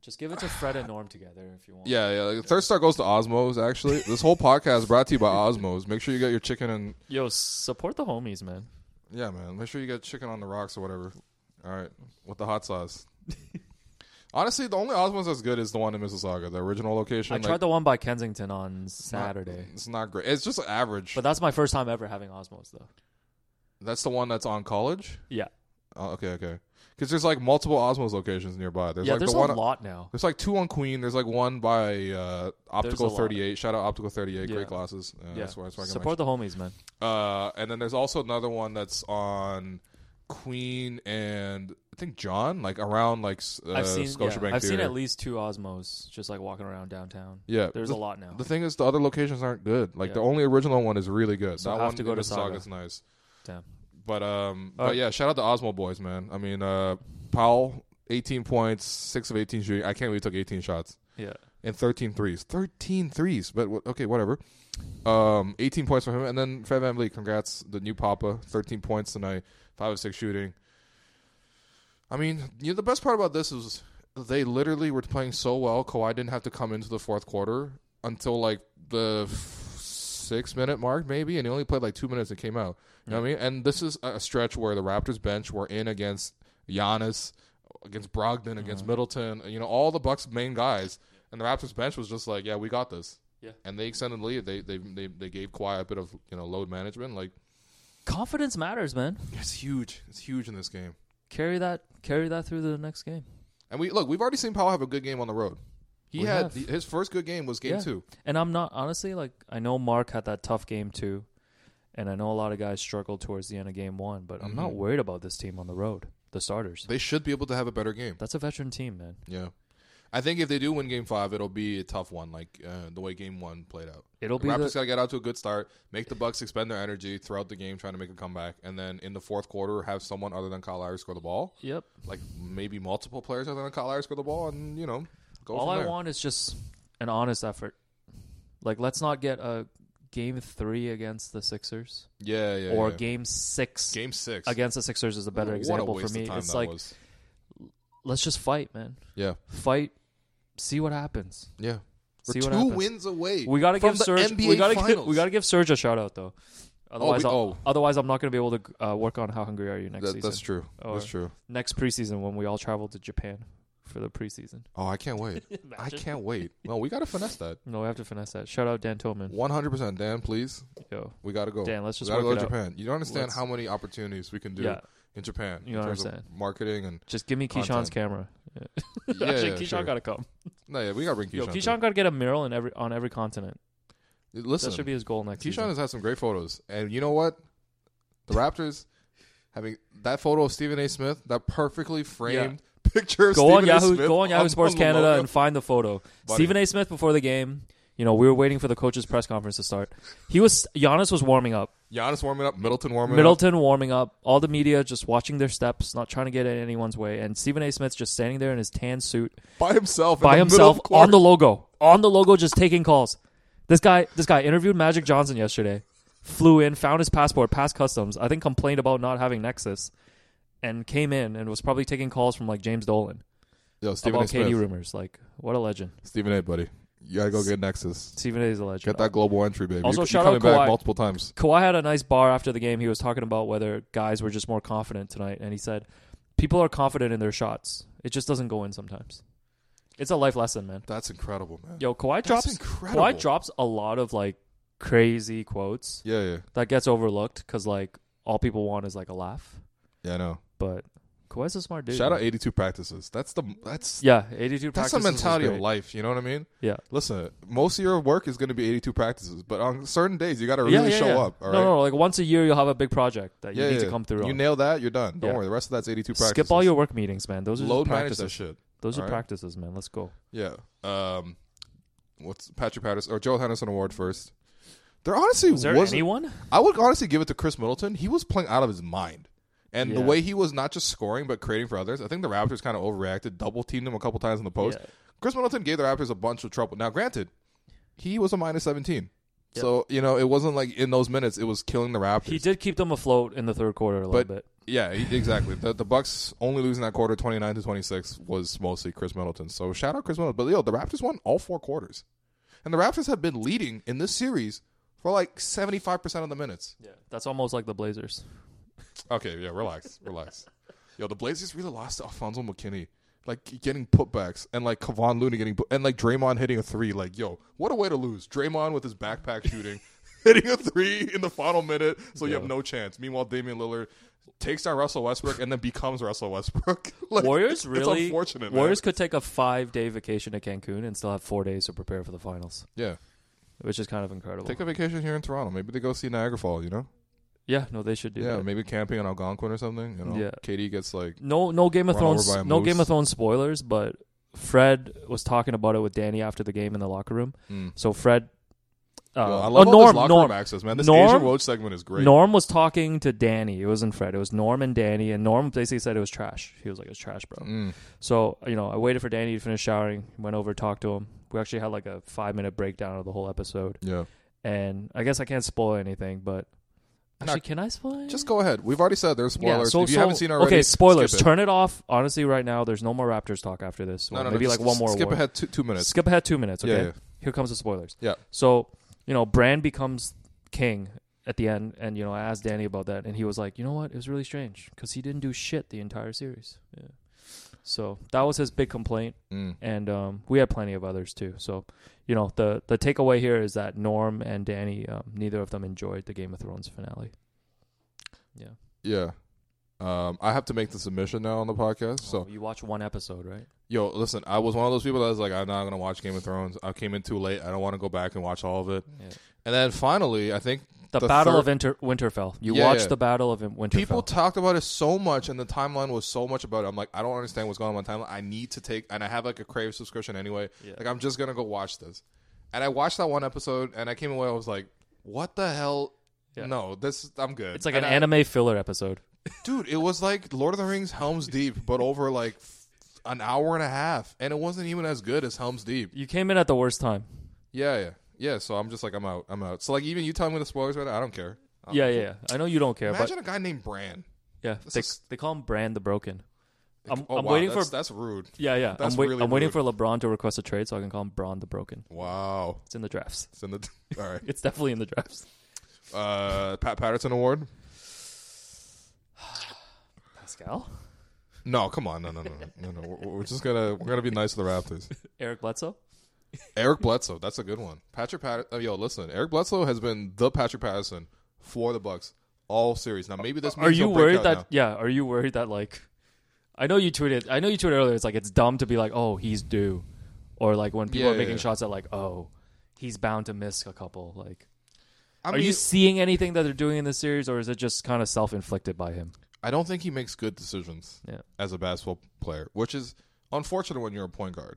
[SPEAKER 2] Just give it to Fred and Norm together if you want.
[SPEAKER 1] Yeah, yeah. Like, third star goes to Osmos. Actually, this whole podcast brought to you by Osmos. Make sure you get your chicken and
[SPEAKER 2] Yo, support the homies, man.
[SPEAKER 1] yeah, man. Make sure you get chicken on the rocks or whatever. All right, with the hot sauce. Honestly, the only Osmos that's good is the one in Mississauga, the original location.
[SPEAKER 2] I
[SPEAKER 1] Like,
[SPEAKER 2] tried the one by Kensington on
[SPEAKER 1] not-
[SPEAKER 2] Saturday.
[SPEAKER 1] It's not great. It's just average.
[SPEAKER 2] But that's my first time ever having Osmos though.
[SPEAKER 1] that's the one that's on college.
[SPEAKER 2] Yeah.
[SPEAKER 1] Oh, okay, okay. Because there's like multiple Osmos locations nearby. There's
[SPEAKER 2] yeah,
[SPEAKER 1] like
[SPEAKER 2] there's
[SPEAKER 1] the
[SPEAKER 2] a
[SPEAKER 1] one.
[SPEAKER 2] lot now.
[SPEAKER 1] There's like two on Queen. There's like one by uh, Optical
[SPEAKER 2] lot.
[SPEAKER 1] 38. Shout out Optical 38.
[SPEAKER 2] Yeah.
[SPEAKER 1] Great glasses. Uh,
[SPEAKER 2] Yeah.
[SPEAKER 1] That's why, that's why I can
[SPEAKER 2] support the homies, man.
[SPEAKER 1] Uh, and then there's also another one that's on Queen and I think John, like around like s- uh,
[SPEAKER 2] I've seen
[SPEAKER 1] Scotiabank
[SPEAKER 2] yeah, I've seen
[SPEAKER 1] Theater.
[SPEAKER 2] at least two Osmos just like walking around downtown.
[SPEAKER 1] Yeah,
[SPEAKER 2] There's
[SPEAKER 1] the-
[SPEAKER 2] a lot now.
[SPEAKER 1] The thing is, the other locations aren't good. Like
[SPEAKER 2] Yeah.
[SPEAKER 1] the only original one is really good.
[SPEAKER 2] So
[SPEAKER 1] that
[SPEAKER 2] I have
[SPEAKER 1] one
[SPEAKER 2] to go
[SPEAKER 1] in
[SPEAKER 2] to Saga. Uh,
[SPEAKER 1] Mississauga's nice.
[SPEAKER 2] Damn.
[SPEAKER 1] But um, but
[SPEAKER 2] All right.
[SPEAKER 1] yeah, shout out to Osmo boys, man. I mean, uh, Powell, 18 points, six of 18 shooting. I can't believe he took 18 shots.
[SPEAKER 2] Yeah.
[SPEAKER 1] and 13 threes. 13 threes, but wh- okay, whatever. Um, 18 points from him, and then Fred Van Vliet, congrats, the new Papa, 13 points tonight, 5 of 6 shooting. I mean, you know, the best part about this is they literally were playing so well, Kawhi didn't have to come into the fourth quarter until like the f- six minute mark, maybe, and he only played like two minutes and came out. You know what I mean? And this is a a stretch where the Raptors bench were in against Giannis, against Brogdon, against Middleton, you know, all the Bucks main guys. And the Raptors bench was just like, yeah, we got this.
[SPEAKER 2] Yeah.
[SPEAKER 1] And they extended the lead. They they they, they gave Kawhi a bit of you know load management. Like
[SPEAKER 2] Confidence matters, man.
[SPEAKER 1] it's huge. It's huge in this game.
[SPEAKER 2] Carry that carry that through the next game.
[SPEAKER 1] And we look, we've already seen Powell have a good game on the road. He
[SPEAKER 2] We
[SPEAKER 1] had
[SPEAKER 2] have.
[SPEAKER 1] the- his first good game was game
[SPEAKER 2] Yeah.
[SPEAKER 1] two.
[SPEAKER 2] And I'm not honestly like I know Mark had that tough game too, and I know a lot of guys struggled towards the end of game one, but I'm not worried about this team on the road, the starters.
[SPEAKER 1] Mm-hmm. They should be able to have a better game.
[SPEAKER 2] That's a veteran team, man.
[SPEAKER 1] Yeah. I think if they do win game five, it'll be a tough one, like uh, the way game one played out.
[SPEAKER 2] It'll
[SPEAKER 1] The
[SPEAKER 2] be
[SPEAKER 1] Raptors
[SPEAKER 2] the,
[SPEAKER 1] gotta get out to a good start, make the Bucks expend their energy throughout the game, trying to make a comeback, and then in the fourth quarter have someone other than Kyle Lowry score the ball,
[SPEAKER 2] yep.
[SPEAKER 1] like maybe multiple players other than Kyle Lowry score the ball, and you know, go
[SPEAKER 2] All
[SPEAKER 1] from
[SPEAKER 2] I
[SPEAKER 1] there.
[SPEAKER 2] want is just an honest effort. Like let's not get a game three against the Sixers
[SPEAKER 1] Yeah, yeah.
[SPEAKER 2] or
[SPEAKER 1] yeah.
[SPEAKER 2] game six
[SPEAKER 1] game six
[SPEAKER 2] against the Sixers is a better
[SPEAKER 1] What a
[SPEAKER 2] example
[SPEAKER 1] waste
[SPEAKER 2] for me.
[SPEAKER 1] of time
[SPEAKER 2] It's
[SPEAKER 1] that
[SPEAKER 2] like
[SPEAKER 1] was.
[SPEAKER 2] let's just fight, man.
[SPEAKER 1] Yeah.
[SPEAKER 2] Fight, see what happens.
[SPEAKER 1] Yeah. We're
[SPEAKER 2] See
[SPEAKER 1] two
[SPEAKER 2] what happens.
[SPEAKER 1] wins away.
[SPEAKER 2] We gotta
[SPEAKER 1] from
[SPEAKER 2] give
[SPEAKER 1] the
[SPEAKER 2] Serge.
[SPEAKER 1] NBA
[SPEAKER 2] We gotta give,
[SPEAKER 1] finals.
[SPEAKER 2] we gotta give Serge a shout out though. Otherwise,
[SPEAKER 1] we-
[SPEAKER 2] I'll-
[SPEAKER 1] oh.
[SPEAKER 2] otherwise I'm not gonna be able to uh, work on how hungry are you next
[SPEAKER 1] That-
[SPEAKER 2] season.
[SPEAKER 1] that's true.
[SPEAKER 2] Or-
[SPEAKER 1] That's true.
[SPEAKER 2] Next preseason when we all travel to Japan for the preseason.
[SPEAKER 1] Oh, I can't wait. I can't wait. No, we gotta finesse that.
[SPEAKER 2] No, we have to finesse that. Shout out Dan Tillman.
[SPEAKER 1] One hundred percent, Dan. Please,
[SPEAKER 2] Yo,
[SPEAKER 1] we gotta go.
[SPEAKER 2] Dan, let's just
[SPEAKER 1] Oh, we gotta
[SPEAKER 2] work
[SPEAKER 1] go to
[SPEAKER 2] it out.
[SPEAKER 1] Japan. You don't understand
[SPEAKER 2] Let's-
[SPEAKER 1] how many opportunities we can do
[SPEAKER 2] Yeah.
[SPEAKER 1] in Japan
[SPEAKER 2] You
[SPEAKER 1] in terms
[SPEAKER 2] understand.
[SPEAKER 1] of marketing and
[SPEAKER 2] just give me
[SPEAKER 1] Content.
[SPEAKER 2] Keyshawn's camera. Yeah.
[SPEAKER 1] yeah,
[SPEAKER 2] Actually,
[SPEAKER 1] yeah,
[SPEAKER 2] Keyshawn
[SPEAKER 1] sure.
[SPEAKER 2] gotta come.
[SPEAKER 1] no, yeah, we gotta bring Keyshawn.
[SPEAKER 2] Yo,
[SPEAKER 1] too.
[SPEAKER 2] Keyshawn gotta get a mural in every on every continent.
[SPEAKER 1] listen,
[SPEAKER 2] that should be his goal next
[SPEAKER 1] Keyshawn
[SPEAKER 2] season.
[SPEAKER 1] has had some great photos, and you know what? The Raptors having that photo of Stephen A. Smith, that perfectly framed picture. Of
[SPEAKER 2] go
[SPEAKER 1] Stephen
[SPEAKER 2] on
[SPEAKER 1] A.
[SPEAKER 2] Yahoo,
[SPEAKER 1] Smith
[SPEAKER 2] go on Yahoo
[SPEAKER 1] the
[SPEAKER 2] Sports Canada
[SPEAKER 1] logo.
[SPEAKER 2] and find the photo. Stephen A. Smith before the game. You know, we were waiting for the coach's press conference to start. He was Giannis was warming up.
[SPEAKER 1] Giannis warming up, Middleton warming up.
[SPEAKER 2] Middleton warming up. All the media just watching their steps, not trying to get in anyone's way. And Stephen A. Smith just standing there in his tan suit
[SPEAKER 1] by himself in
[SPEAKER 2] by
[SPEAKER 1] the middle
[SPEAKER 2] himself
[SPEAKER 1] of court.
[SPEAKER 2] on the logo, on the logo, just taking calls. This guy, this guy interviewed Magic Johnson yesterday. Flew in, found his passport, passed customs. I think complained about not having Nexus, and came in and was probably taking calls from like James Dolan
[SPEAKER 1] Yo, Stephen A.
[SPEAKER 2] about KD
[SPEAKER 1] Smith.
[SPEAKER 2] rumors. Like, what a legend!
[SPEAKER 1] Stephen A. Buddy, you gotta go get Nexus.
[SPEAKER 2] Stephen A. is a legend.
[SPEAKER 1] Get that global entry, baby.
[SPEAKER 2] Also,
[SPEAKER 1] you,
[SPEAKER 2] shout
[SPEAKER 1] you're
[SPEAKER 2] out
[SPEAKER 1] coming
[SPEAKER 2] Kawhi.
[SPEAKER 1] back multiple times.
[SPEAKER 2] Kawhi had a nice bar after the game. He was talking about whether guys were just more confident tonight, and he said, "People are confident in their shots. It just doesn't go in sometimes. It's a life lesson, man."
[SPEAKER 1] That's incredible, man.
[SPEAKER 2] Yo, Kawhi
[SPEAKER 1] That's
[SPEAKER 2] drops.
[SPEAKER 1] incredible.
[SPEAKER 2] Kawhi drops a lot of like crazy quotes
[SPEAKER 1] Yeah, yeah,
[SPEAKER 2] that gets overlooked because like all people want is like a laugh.
[SPEAKER 1] yeah. I know.
[SPEAKER 2] But Kawhi's a smart dude.
[SPEAKER 1] Shout
[SPEAKER 2] man.
[SPEAKER 1] out 82 practices. That's the that's
[SPEAKER 2] Yeah, eighty-two.
[SPEAKER 1] that's
[SPEAKER 2] practices
[SPEAKER 1] the
[SPEAKER 2] was
[SPEAKER 1] mentality of
[SPEAKER 2] great.
[SPEAKER 1] life. You know what I mean?
[SPEAKER 2] Yeah.
[SPEAKER 1] Listen, most of your work is going to be 82 practices, but on certain days you got to really
[SPEAKER 2] yeah, yeah,
[SPEAKER 1] show
[SPEAKER 2] yeah.
[SPEAKER 1] up. All right.
[SPEAKER 2] No, no, like once a year you'll have a big project that you
[SPEAKER 1] yeah,
[SPEAKER 2] need
[SPEAKER 1] yeah.
[SPEAKER 2] to come through.
[SPEAKER 1] You
[SPEAKER 2] on.
[SPEAKER 1] nail that, you're done. Don't
[SPEAKER 2] Yeah.
[SPEAKER 1] worry. The rest of that's 82 practices.
[SPEAKER 2] Skip all your work meetings, man. Those are just
[SPEAKER 1] load manage that
[SPEAKER 2] practices.
[SPEAKER 1] shit.
[SPEAKER 2] Those are
[SPEAKER 1] all right?
[SPEAKER 2] practices, man. Let's go.
[SPEAKER 1] Yeah. Um, what's Patrick Patterson or Joe Henderson Award first? There honestly
[SPEAKER 2] Was there
[SPEAKER 1] wasn't-
[SPEAKER 2] anyone?
[SPEAKER 1] I would honestly give it to Chris Middleton. He was playing out of his mind. And the
[SPEAKER 2] Yeah.
[SPEAKER 1] way he was not just scoring but creating for others, I think the Raptors kind of overreacted, double teamed him a couple times in the post.
[SPEAKER 2] Yeah.
[SPEAKER 1] Chris Middleton gave the Raptors a bunch of trouble. Now, granted, he was a minus seventeen, so you know it wasn't like in those minutes it was killing the Raptors.
[SPEAKER 2] He did keep them afloat in the third quarter a little
[SPEAKER 1] but
[SPEAKER 2] bit.
[SPEAKER 1] yeah, he, exactly. the, the Bucks only losing that quarter, twenty nine to twenty six, was mostly Chris Middleton. So shout out Chris Middleton. But yo, the Raptors won all four quarters, and the Raptors have been leading in this series for like seventy five percent of the minutes.
[SPEAKER 2] Yeah, that's almost like the Blazers.
[SPEAKER 1] Okay, yeah, relax, relax. Yo, the Blazers really lost to Alfonso McKinney. Like getting putbacks and like Kevon Looney getting put- and like Draymond hitting a three. Like, yo, what a way to lose! Draymond with his backpack shooting, hitting a three in the final minute, so you have no chance. Meanwhile, Damian Lillard takes down Russell Westbrook and then becomes Russell Westbrook. like,
[SPEAKER 2] Warriors
[SPEAKER 1] it's
[SPEAKER 2] really.
[SPEAKER 1] unfortunate. man.
[SPEAKER 2] Warriors could take a five-day vacation to Cancun and still have four days to prepare for the finals,
[SPEAKER 1] yeah,
[SPEAKER 2] which is kind of incredible.
[SPEAKER 1] take a vacation here in Toronto. Maybe they go see Niagara Falls. You know,
[SPEAKER 2] yeah, no, they should do
[SPEAKER 1] yeah,
[SPEAKER 2] that.
[SPEAKER 1] maybe camping in Algonquin or something. You know,
[SPEAKER 2] Yeah.
[SPEAKER 1] Katie gets like
[SPEAKER 2] No, no Game of
[SPEAKER 1] Run over
[SPEAKER 2] Thrones.
[SPEAKER 1] by a
[SPEAKER 2] No Game
[SPEAKER 1] moose.
[SPEAKER 2] of Thrones spoilers, but Fred was talking about it with Danny after the game in the locker room. So Fred, uh,
[SPEAKER 1] mm. Yo, I
[SPEAKER 2] oh,
[SPEAKER 1] love all
[SPEAKER 2] Norm,
[SPEAKER 1] this locker
[SPEAKER 2] Norm,
[SPEAKER 1] room access, man. This
[SPEAKER 2] Norm-
[SPEAKER 1] Asian Road segment is great.
[SPEAKER 2] Norm was talking to Danny. It wasn't Fred. It was Norm and Danny, and Norm basically said it was trash. He was like, "It's trash,
[SPEAKER 1] Mm.
[SPEAKER 2] bro." So you know, I waited for Danny to finish showering. Went over, talked to him. We actually had like a five minute breakdown of the whole episode,
[SPEAKER 1] Yeah.
[SPEAKER 2] and I guess I can't spoil anything, but actually, can I spoil?
[SPEAKER 1] Just go ahead. We've already said there's
[SPEAKER 2] Yeah,
[SPEAKER 1] spoilers. if you haven't seen already,
[SPEAKER 2] okay, spoilers.
[SPEAKER 1] skip it.
[SPEAKER 2] Turn it off. Honestly, right now, there's no more Raptors talk after this.
[SPEAKER 1] No, no, no,
[SPEAKER 2] maybe
[SPEAKER 1] just
[SPEAKER 2] like one more.
[SPEAKER 1] Skip
[SPEAKER 2] award.
[SPEAKER 1] ahead two, two minutes.
[SPEAKER 2] Skip ahead two minutes. Okay.
[SPEAKER 1] Yeah, yeah.
[SPEAKER 2] Here comes the spoilers.
[SPEAKER 1] Yeah.
[SPEAKER 2] So you know, Brand becomes king at the end, and you know, I asked Danny about that, and he was like, "You know what? It was really strange because he didn't do shit the entire series." Yeah. So that was his big complaint,
[SPEAKER 1] Mm.
[SPEAKER 2] and um, we had plenty of others too. So you know, the the takeaway here is that Norm and Danny, um, neither of them enjoyed the Game of Thrones finale. Yeah.
[SPEAKER 1] Yeah. Um, I have to make the submission now on the podcast. So,
[SPEAKER 2] Oh, you watch one episode, right?
[SPEAKER 1] yo, listen, I was one of those people that was like, I'm not gonna watch Game of Thrones. I came in too late. I don't want to go back and watch all of it.
[SPEAKER 2] Yeah.
[SPEAKER 1] And then finally, I think
[SPEAKER 2] The, Battle
[SPEAKER 1] third-
[SPEAKER 2] of Inter- Winterfell. You
[SPEAKER 1] Yeah,
[SPEAKER 2] watch
[SPEAKER 1] yeah.
[SPEAKER 2] the Battle of Winterfell.
[SPEAKER 1] People talked about it so much, and the timeline was so much about it. I'm like, I don't understand what's going on with my timeline. I need to take, and I have like a Crave subscription anyway. Like, I'm just gonna go watch this. And I watched that one episode, and I came away. I was like, what the hell? No, this I'm good.
[SPEAKER 2] it's like
[SPEAKER 1] And
[SPEAKER 2] an
[SPEAKER 1] I-
[SPEAKER 2] anime filler episode.
[SPEAKER 1] dude. It was like Lord of the Rings, Helm's Deep, but over like f- an hour and a half, and it wasn't even as good as Helm's Deep.
[SPEAKER 2] You came in at the worst time.
[SPEAKER 1] Yeah, yeah, yeah. So I'm just like, I'm out, I'm out. So like, even you telling me the spoilers right now, I don't care.
[SPEAKER 2] yeah, yeah. I know you don't care,
[SPEAKER 1] Imagine a guy named Bran.
[SPEAKER 2] but yeah, they,
[SPEAKER 1] is-
[SPEAKER 2] they call him Brand the Broken. I'm,
[SPEAKER 1] Oh,
[SPEAKER 2] I'm
[SPEAKER 1] wow,
[SPEAKER 2] waiting
[SPEAKER 1] that's,
[SPEAKER 2] for
[SPEAKER 1] that's rude.
[SPEAKER 2] yeah yeah.
[SPEAKER 1] that's
[SPEAKER 2] I'm, wait,
[SPEAKER 1] really
[SPEAKER 2] I'm waiting
[SPEAKER 1] rude.
[SPEAKER 2] for LeBron to request a trade so I can call him Braun the Broken.
[SPEAKER 1] Wow.
[SPEAKER 2] It's in the drafts.
[SPEAKER 1] It's in the all right.
[SPEAKER 2] It's definitely in the drafts.
[SPEAKER 1] Uh, Pat Patterson Award.
[SPEAKER 2] Pascal,
[SPEAKER 1] No, come on, no, no, no, no, no. We're, we're just gonna we're gonna be nice to the Raptors.
[SPEAKER 2] Eric Bledsoe.
[SPEAKER 1] Eric Bledsoe, that's a good one. Patrick Patterson. Oh, yo, listen, Eric Bledsoe has been the Patrick Patterson for the Bucks all series. Now, maybe this.
[SPEAKER 2] Are
[SPEAKER 1] means
[SPEAKER 2] you
[SPEAKER 1] he'll break
[SPEAKER 2] worried
[SPEAKER 1] out
[SPEAKER 2] that
[SPEAKER 1] now.
[SPEAKER 2] yeah? Are you worried that like? I know you tweeted. I know you tweeted earlier. It's like it's dumb to be like, oh, he's due, or like when people
[SPEAKER 1] Yeah,
[SPEAKER 2] are
[SPEAKER 1] yeah,
[SPEAKER 2] making
[SPEAKER 1] yeah.
[SPEAKER 2] shots at like, oh, he's bound to miss a couple. Like,
[SPEAKER 1] I
[SPEAKER 2] are you seeing anything that they're doing in this series, or is it just kind of self inflicted by him?
[SPEAKER 1] I don't think he makes good decisions
[SPEAKER 2] Yeah.
[SPEAKER 1] as a basketball player, which is unfortunate when you're a point guard.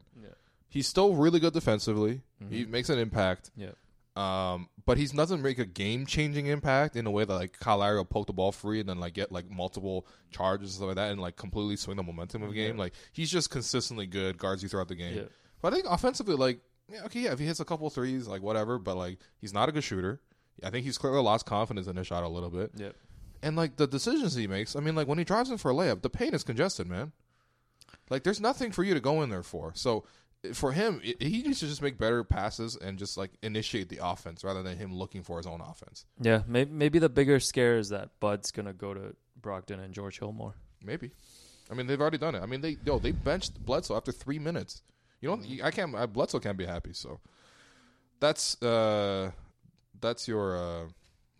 [SPEAKER 1] He's still really good defensively.
[SPEAKER 2] Mm-hmm.
[SPEAKER 1] He makes an impact,
[SPEAKER 2] Yeah.
[SPEAKER 1] um, but he's doesn't make a game changing impact in a way that like Kyle Lowry will poke the ball free and then like get like multiple charges and stuff like that and like completely swing the momentum of the game. Like he's just consistently good guards you throughout the game.
[SPEAKER 2] Yeah.
[SPEAKER 1] But I think offensively, like yeah, okay, yeah, if he hits a couple threes, like whatever, but like he's not a good shooter. I think he's clearly lost confidence in his shot a little bit.
[SPEAKER 2] Yeah.
[SPEAKER 1] And like the decisions he makes, I mean, like when he drives in for a layup, the paint is congested, man. Like there's nothing for you to go in there for. So i- for him, i- he needs to just make better passes and just like initiate the offense rather than him looking for his own offense.
[SPEAKER 2] Yeah. Maybe maybe the bigger scare is that Bud's gonna go to Brogdon and George Hill more.
[SPEAKER 1] Maybe. I mean, they've already done it. I mean, they yo they benched Bledsoe after three minutes. You don't. I can't. I, Bledsoe can't be happy. So that's uh that's your uh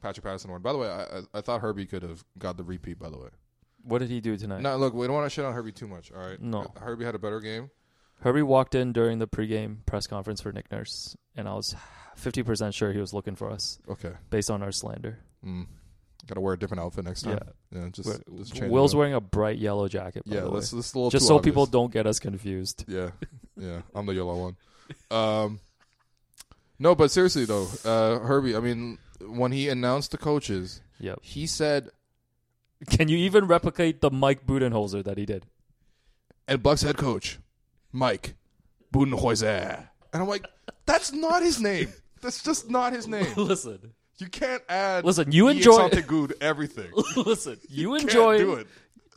[SPEAKER 1] Patrick Patterson one. By the way, I I- I thought Herbie could have got the repeat. By the way,
[SPEAKER 2] What did he do tonight?
[SPEAKER 1] no, look, we don't want to shit on Herbie too much. All right,
[SPEAKER 2] No.
[SPEAKER 1] Herbie had a better game.
[SPEAKER 2] Herbie walked in during the pregame press conference for Nick Nurse, and I was fifty percent sure he was looking for us
[SPEAKER 1] Okay.
[SPEAKER 2] based on our slander.
[SPEAKER 1] Mm. Gotta wear a different outfit next time. Yeah, just,
[SPEAKER 2] We're-
[SPEAKER 1] just change. it
[SPEAKER 2] Will's
[SPEAKER 1] up.
[SPEAKER 2] wearing a bright yellow jacket. By
[SPEAKER 1] Yeah,
[SPEAKER 2] the way.
[SPEAKER 1] let's, let's a little
[SPEAKER 2] just
[SPEAKER 1] too
[SPEAKER 2] so people
[SPEAKER 1] obvious.
[SPEAKER 2] don't get us confused.
[SPEAKER 1] Yeah, yeah, I'm the yellow one. Um, no, but seriously though, uh, Herbie. I mean, when he announced the coaches,
[SPEAKER 2] Yep.
[SPEAKER 1] he said,
[SPEAKER 2] Can you even replicate the Mike Budenholzer that he did?
[SPEAKER 1] "And Bucks head coach, Mike Budenholzer," and I'm like, "That's not his name. That's just not his name.
[SPEAKER 2] listen,
[SPEAKER 1] You can't add.
[SPEAKER 2] Listen, you
[SPEAKER 1] Ian
[SPEAKER 2] enjoy-
[SPEAKER 1] Santegood everything.
[SPEAKER 2] listen. You
[SPEAKER 1] Can't
[SPEAKER 2] enjoy
[SPEAKER 1] do it.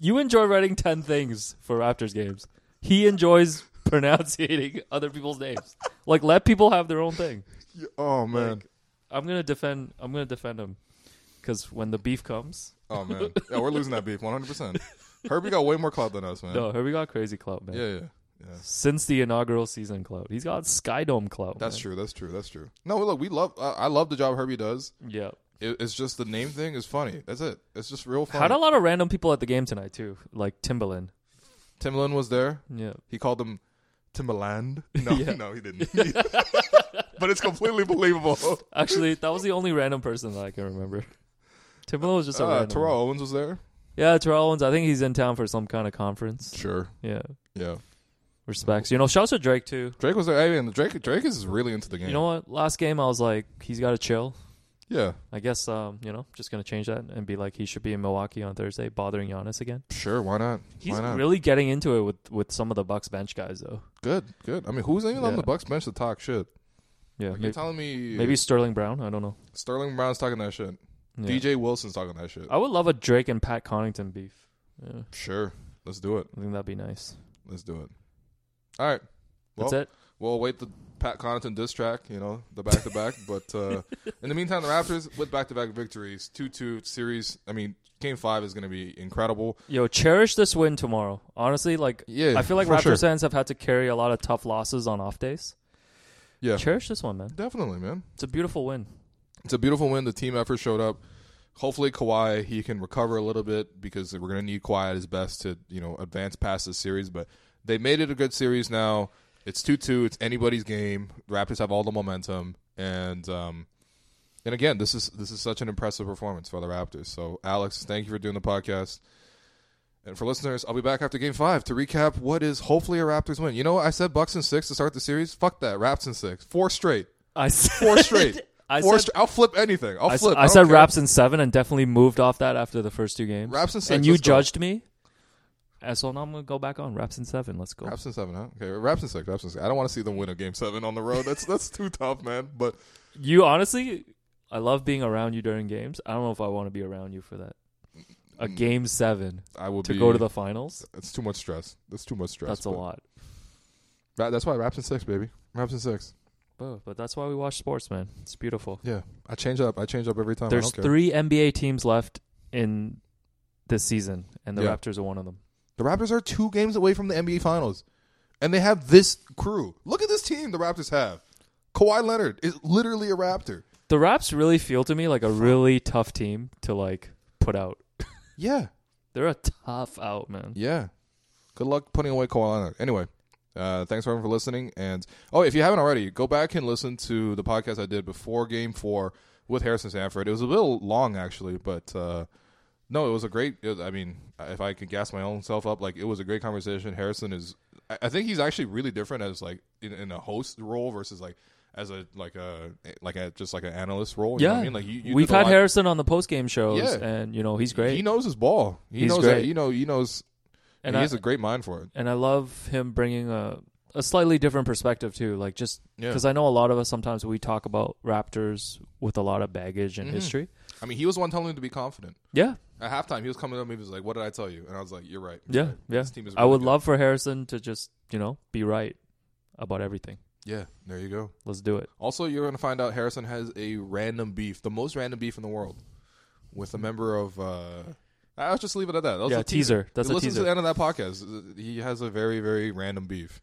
[SPEAKER 2] you enjoy writing ten things for Raptors games. He enjoys pronouncing other people's names. Like let people have their own thing.
[SPEAKER 1] You- Oh man,
[SPEAKER 2] I'm gonna defend. I'm gonna defend him because when the beef comes,
[SPEAKER 1] oh man, yeah, we're losing that beef 100. percent Herbie got way more clout than us, man.
[SPEAKER 2] no, Herbie oh, got crazy clout, man.
[SPEAKER 1] Yeah, yeah, yeah.
[SPEAKER 2] Since the inaugural season clout, he's got Skydome clout.
[SPEAKER 1] That's
[SPEAKER 2] man.
[SPEAKER 1] true. That's true. That's true. No, look, we love. I I love the job Herbie does.
[SPEAKER 2] Yeah.
[SPEAKER 1] It, it's just the name thing is funny. That's it. It's just real funny.
[SPEAKER 2] Had a lot of random people at the game tonight too, like Timbaland.
[SPEAKER 1] Timbaland was there.
[SPEAKER 2] Yeah.
[SPEAKER 1] He called them Timbaland. No, no, he didn't. but it's completely believable.
[SPEAKER 2] Actually, that was the only random person that I can remember. Timbaland was just a
[SPEAKER 1] Uh,
[SPEAKER 2] random.
[SPEAKER 1] Terrell
[SPEAKER 2] one.
[SPEAKER 1] Owens was there.
[SPEAKER 2] Yeah, Terrell Owens. I think he's in town for some kind of conference.
[SPEAKER 1] Sure.
[SPEAKER 2] Yeah.
[SPEAKER 1] Yeah.
[SPEAKER 2] Respects. You know, shouts to Drake too.
[SPEAKER 1] Drake was there. I mean, Drake. Drake is really into the game.
[SPEAKER 2] You know what? Last game I was like, he's gotta chill.
[SPEAKER 1] Yeah.
[SPEAKER 2] I guess um, you know, just gonna change that and be like he should be in Milwaukee on Thursday, bothering Giannis again.
[SPEAKER 1] Sure. Why not?
[SPEAKER 2] He's
[SPEAKER 1] why not?
[SPEAKER 2] really getting into it with, with some of the Bucks bench guys though.
[SPEAKER 1] good. Good. I mean, who's even on
[SPEAKER 2] Yeah.
[SPEAKER 1] the Bucks bench to talk shit?
[SPEAKER 2] Yeah.
[SPEAKER 1] Like, you're
[SPEAKER 2] may- maybe,
[SPEAKER 1] telling me
[SPEAKER 2] Sterling Brown, I don't know.
[SPEAKER 1] Sterling Brown's talking that shit.
[SPEAKER 2] Yeah. Oh.
[SPEAKER 1] DJ Wilson's talking that shit.
[SPEAKER 2] I would love a Drake and Pat Connington beef. Yeah.
[SPEAKER 1] Sure. Let's do it.
[SPEAKER 2] I think that'd be nice.
[SPEAKER 1] Let's do it. All right. Well,
[SPEAKER 2] That's it.
[SPEAKER 1] We'll wait the Pat Connaughton diss track, you know, the back to back. But uh, in the meantime, the Raptors with back to back victories, 2 2 series. I mean, game five is going to be incredible.
[SPEAKER 2] Yo, cherish this win tomorrow. Honestly, like
[SPEAKER 1] Yeah,
[SPEAKER 2] I feel like
[SPEAKER 1] for
[SPEAKER 2] Raptors
[SPEAKER 1] sure.
[SPEAKER 2] fans have had to carry a lot of tough losses on off days.
[SPEAKER 1] Yeah.
[SPEAKER 2] Cherish this one, man.
[SPEAKER 1] Definitely, man.
[SPEAKER 2] It's a beautiful win.
[SPEAKER 1] It's a beautiful win. The team effort showed up. Hopefully, Kawhi he can recover a little bit because we're going to need Kawhi at his best to you know advance past this series. But they made it a good series. Now it's two two. It's anybody's game. Raptors have all the momentum, and um, and again, this is this is such an impressive performance for the Raptors. So, Alex, thank you for doing the podcast. And for listeners, I'll be back after Game Five to recap what is hopefully a Raptors win. You know, I said Bucks and six to start the series. Fuck that, Raps and six, four straight
[SPEAKER 2] I said,
[SPEAKER 1] four straight.
[SPEAKER 2] I
[SPEAKER 1] four
[SPEAKER 2] said-
[SPEAKER 1] straight. I'll flip anything. I'll
[SPEAKER 2] I, s-
[SPEAKER 1] flip.
[SPEAKER 2] I
[SPEAKER 1] don't
[SPEAKER 2] said
[SPEAKER 1] care.
[SPEAKER 2] raps in seven and definitely moved off that after the first two games.
[SPEAKER 1] Raps in six,
[SPEAKER 2] and you
[SPEAKER 1] let's go.
[SPEAKER 2] judged me. And so now I'm gonna go back on raps in seven. Let's go.
[SPEAKER 1] Raps and seven, huh? Okay, raps and six, raps and six. I don't want to see them win a game seven on the road. That's that's too tough, man. But
[SPEAKER 2] You honestly, I love being around you during games. I don't know if I want to be around you for that. a game seven
[SPEAKER 1] I would
[SPEAKER 2] to
[SPEAKER 1] be,
[SPEAKER 2] go to the finals.
[SPEAKER 1] It's too much stress. That's too much stress.
[SPEAKER 2] That's a
[SPEAKER 1] but-
[SPEAKER 2] lot.
[SPEAKER 1] Ra- that's why raps in six, baby. Raps in six.
[SPEAKER 2] But, but that's why we watch sports, man. It's beautiful.
[SPEAKER 1] Yeah, I change up. I change up every time. I
[SPEAKER 2] There's
[SPEAKER 1] don't care.
[SPEAKER 2] three NBA teams left in this season, and the
[SPEAKER 1] Yeah.
[SPEAKER 2] Raptors are one of them.
[SPEAKER 1] The Raptors are two games away from the NBA Finals, and they have this crew. Look at this team. The Raptors have Kawhi Leonard is literally a Raptor.
[SPEAKER 2] The Raps really feel to me like a really tough team to like put out.
[SPEAKER 1] Yeah,
[SPEAKER 2] They're a tough out, man.
[SPEAKER 1] yeah. Good luck putting away Kawhi Leonard. Anyway, uh, thanks everyone for listening. And oh, if you haven't already, go back and listen to the podcast I did before Game Four with Harrison Sanford. It was a little long actually, but uh, no, it was a great. It was, I mean, if I could gas my own self up, like it was a great conversation. Harrison is, I, I think he's actually really different as like in, in a host role versus like as a like a like a just like an analyst role. You know what I mean, like you, you
[SPEAKER 2] we've
[SPEAKER 1] did a
[SPEAKER 2] had
[SPEAKER 1] lot-
[SPEAKER 2] Harrison on the post game shows,
[SPEAKER 1] Yeah.
[SPEAKER 2] and you know he's great.
[SPEAKER 1] He knows his ball. He
[SPEAKER 2] He's
[SPEAKER 1] knows
[SPEAKER 2] great.
[SPEAKER 1] that. You know, he knows.
[SPEAKER 2] and
[SPEAKER 1] he
[SPEAKER 2] I,
[SPEAKER 1] has a great mind for it.
[SPEAKER 2] and I love him bringing a a slightly different perspective too. Like just
[SPEAKER 1] Yeah.
[SPEAKER 2] because I know a lot of us sometimes we talk about Raptors with a lot of baggage
[SPEAKER 1] Mm-hmm.
[SPEAKER 2] and history.
[SPEAKER 1] I mean, he was the one telling him to be confident.
[SPEAKER 2] Yeah,
[SPEAKER 1] At halftime, he was coming up and he was like, What did I tell you? And I was like, You're right.
[SPEAKER 2] yeah,
[SPEAKER 1] You're right.
[SPEAKER 2] yeah.
[SPEAKER 1] This team is
[SPEAKER 2] I
[SPEAKER 1] really
[SPEAKER 2] would
[SPEAKER 1] good."
[SPEAKER 2] love for Harrison to just you know be right about everything.
[SPEAKER 1] Yeah, there you go.
[SPEAKER 2] Let's do it.
[SPEAKER 1] Also, you're going to find out Harrison has a random beef, the most random beef in the world, with a member of. uh I'll just leave it at that. that was
[SPEAKER 2] Yeah,
[SPEAKER 1] a teaser.
[SPEAKER 2] teaser. That's
[SPEAKER 1] You
[SPEAKER 2] a
[SPEAKER 1] listen
[SPEAKER 2] teaser.
[SPEAKER 1] to the end of that podcast. He has a very, very random beef.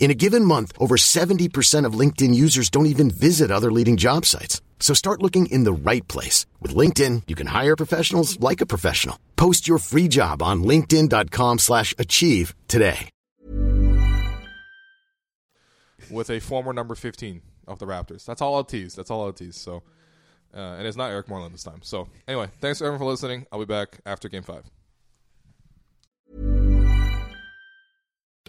[SPEAKER 3] In a given month, over 70% of LinkedIn users don't even visit other leading job sites. So start looking in the right place. With LinkedIn, you can hire professionals like a professional. Post your free job on linkedin.com/achieve slash achieve today.
[SPEAKER 1] with a former number 15 of the Raptors. That's all I'll tease. That's all I'll tease. So, uh, and it's not Eric Moreland this time. So, anyway, thanks everyone for listening. I'll be back after Game Five.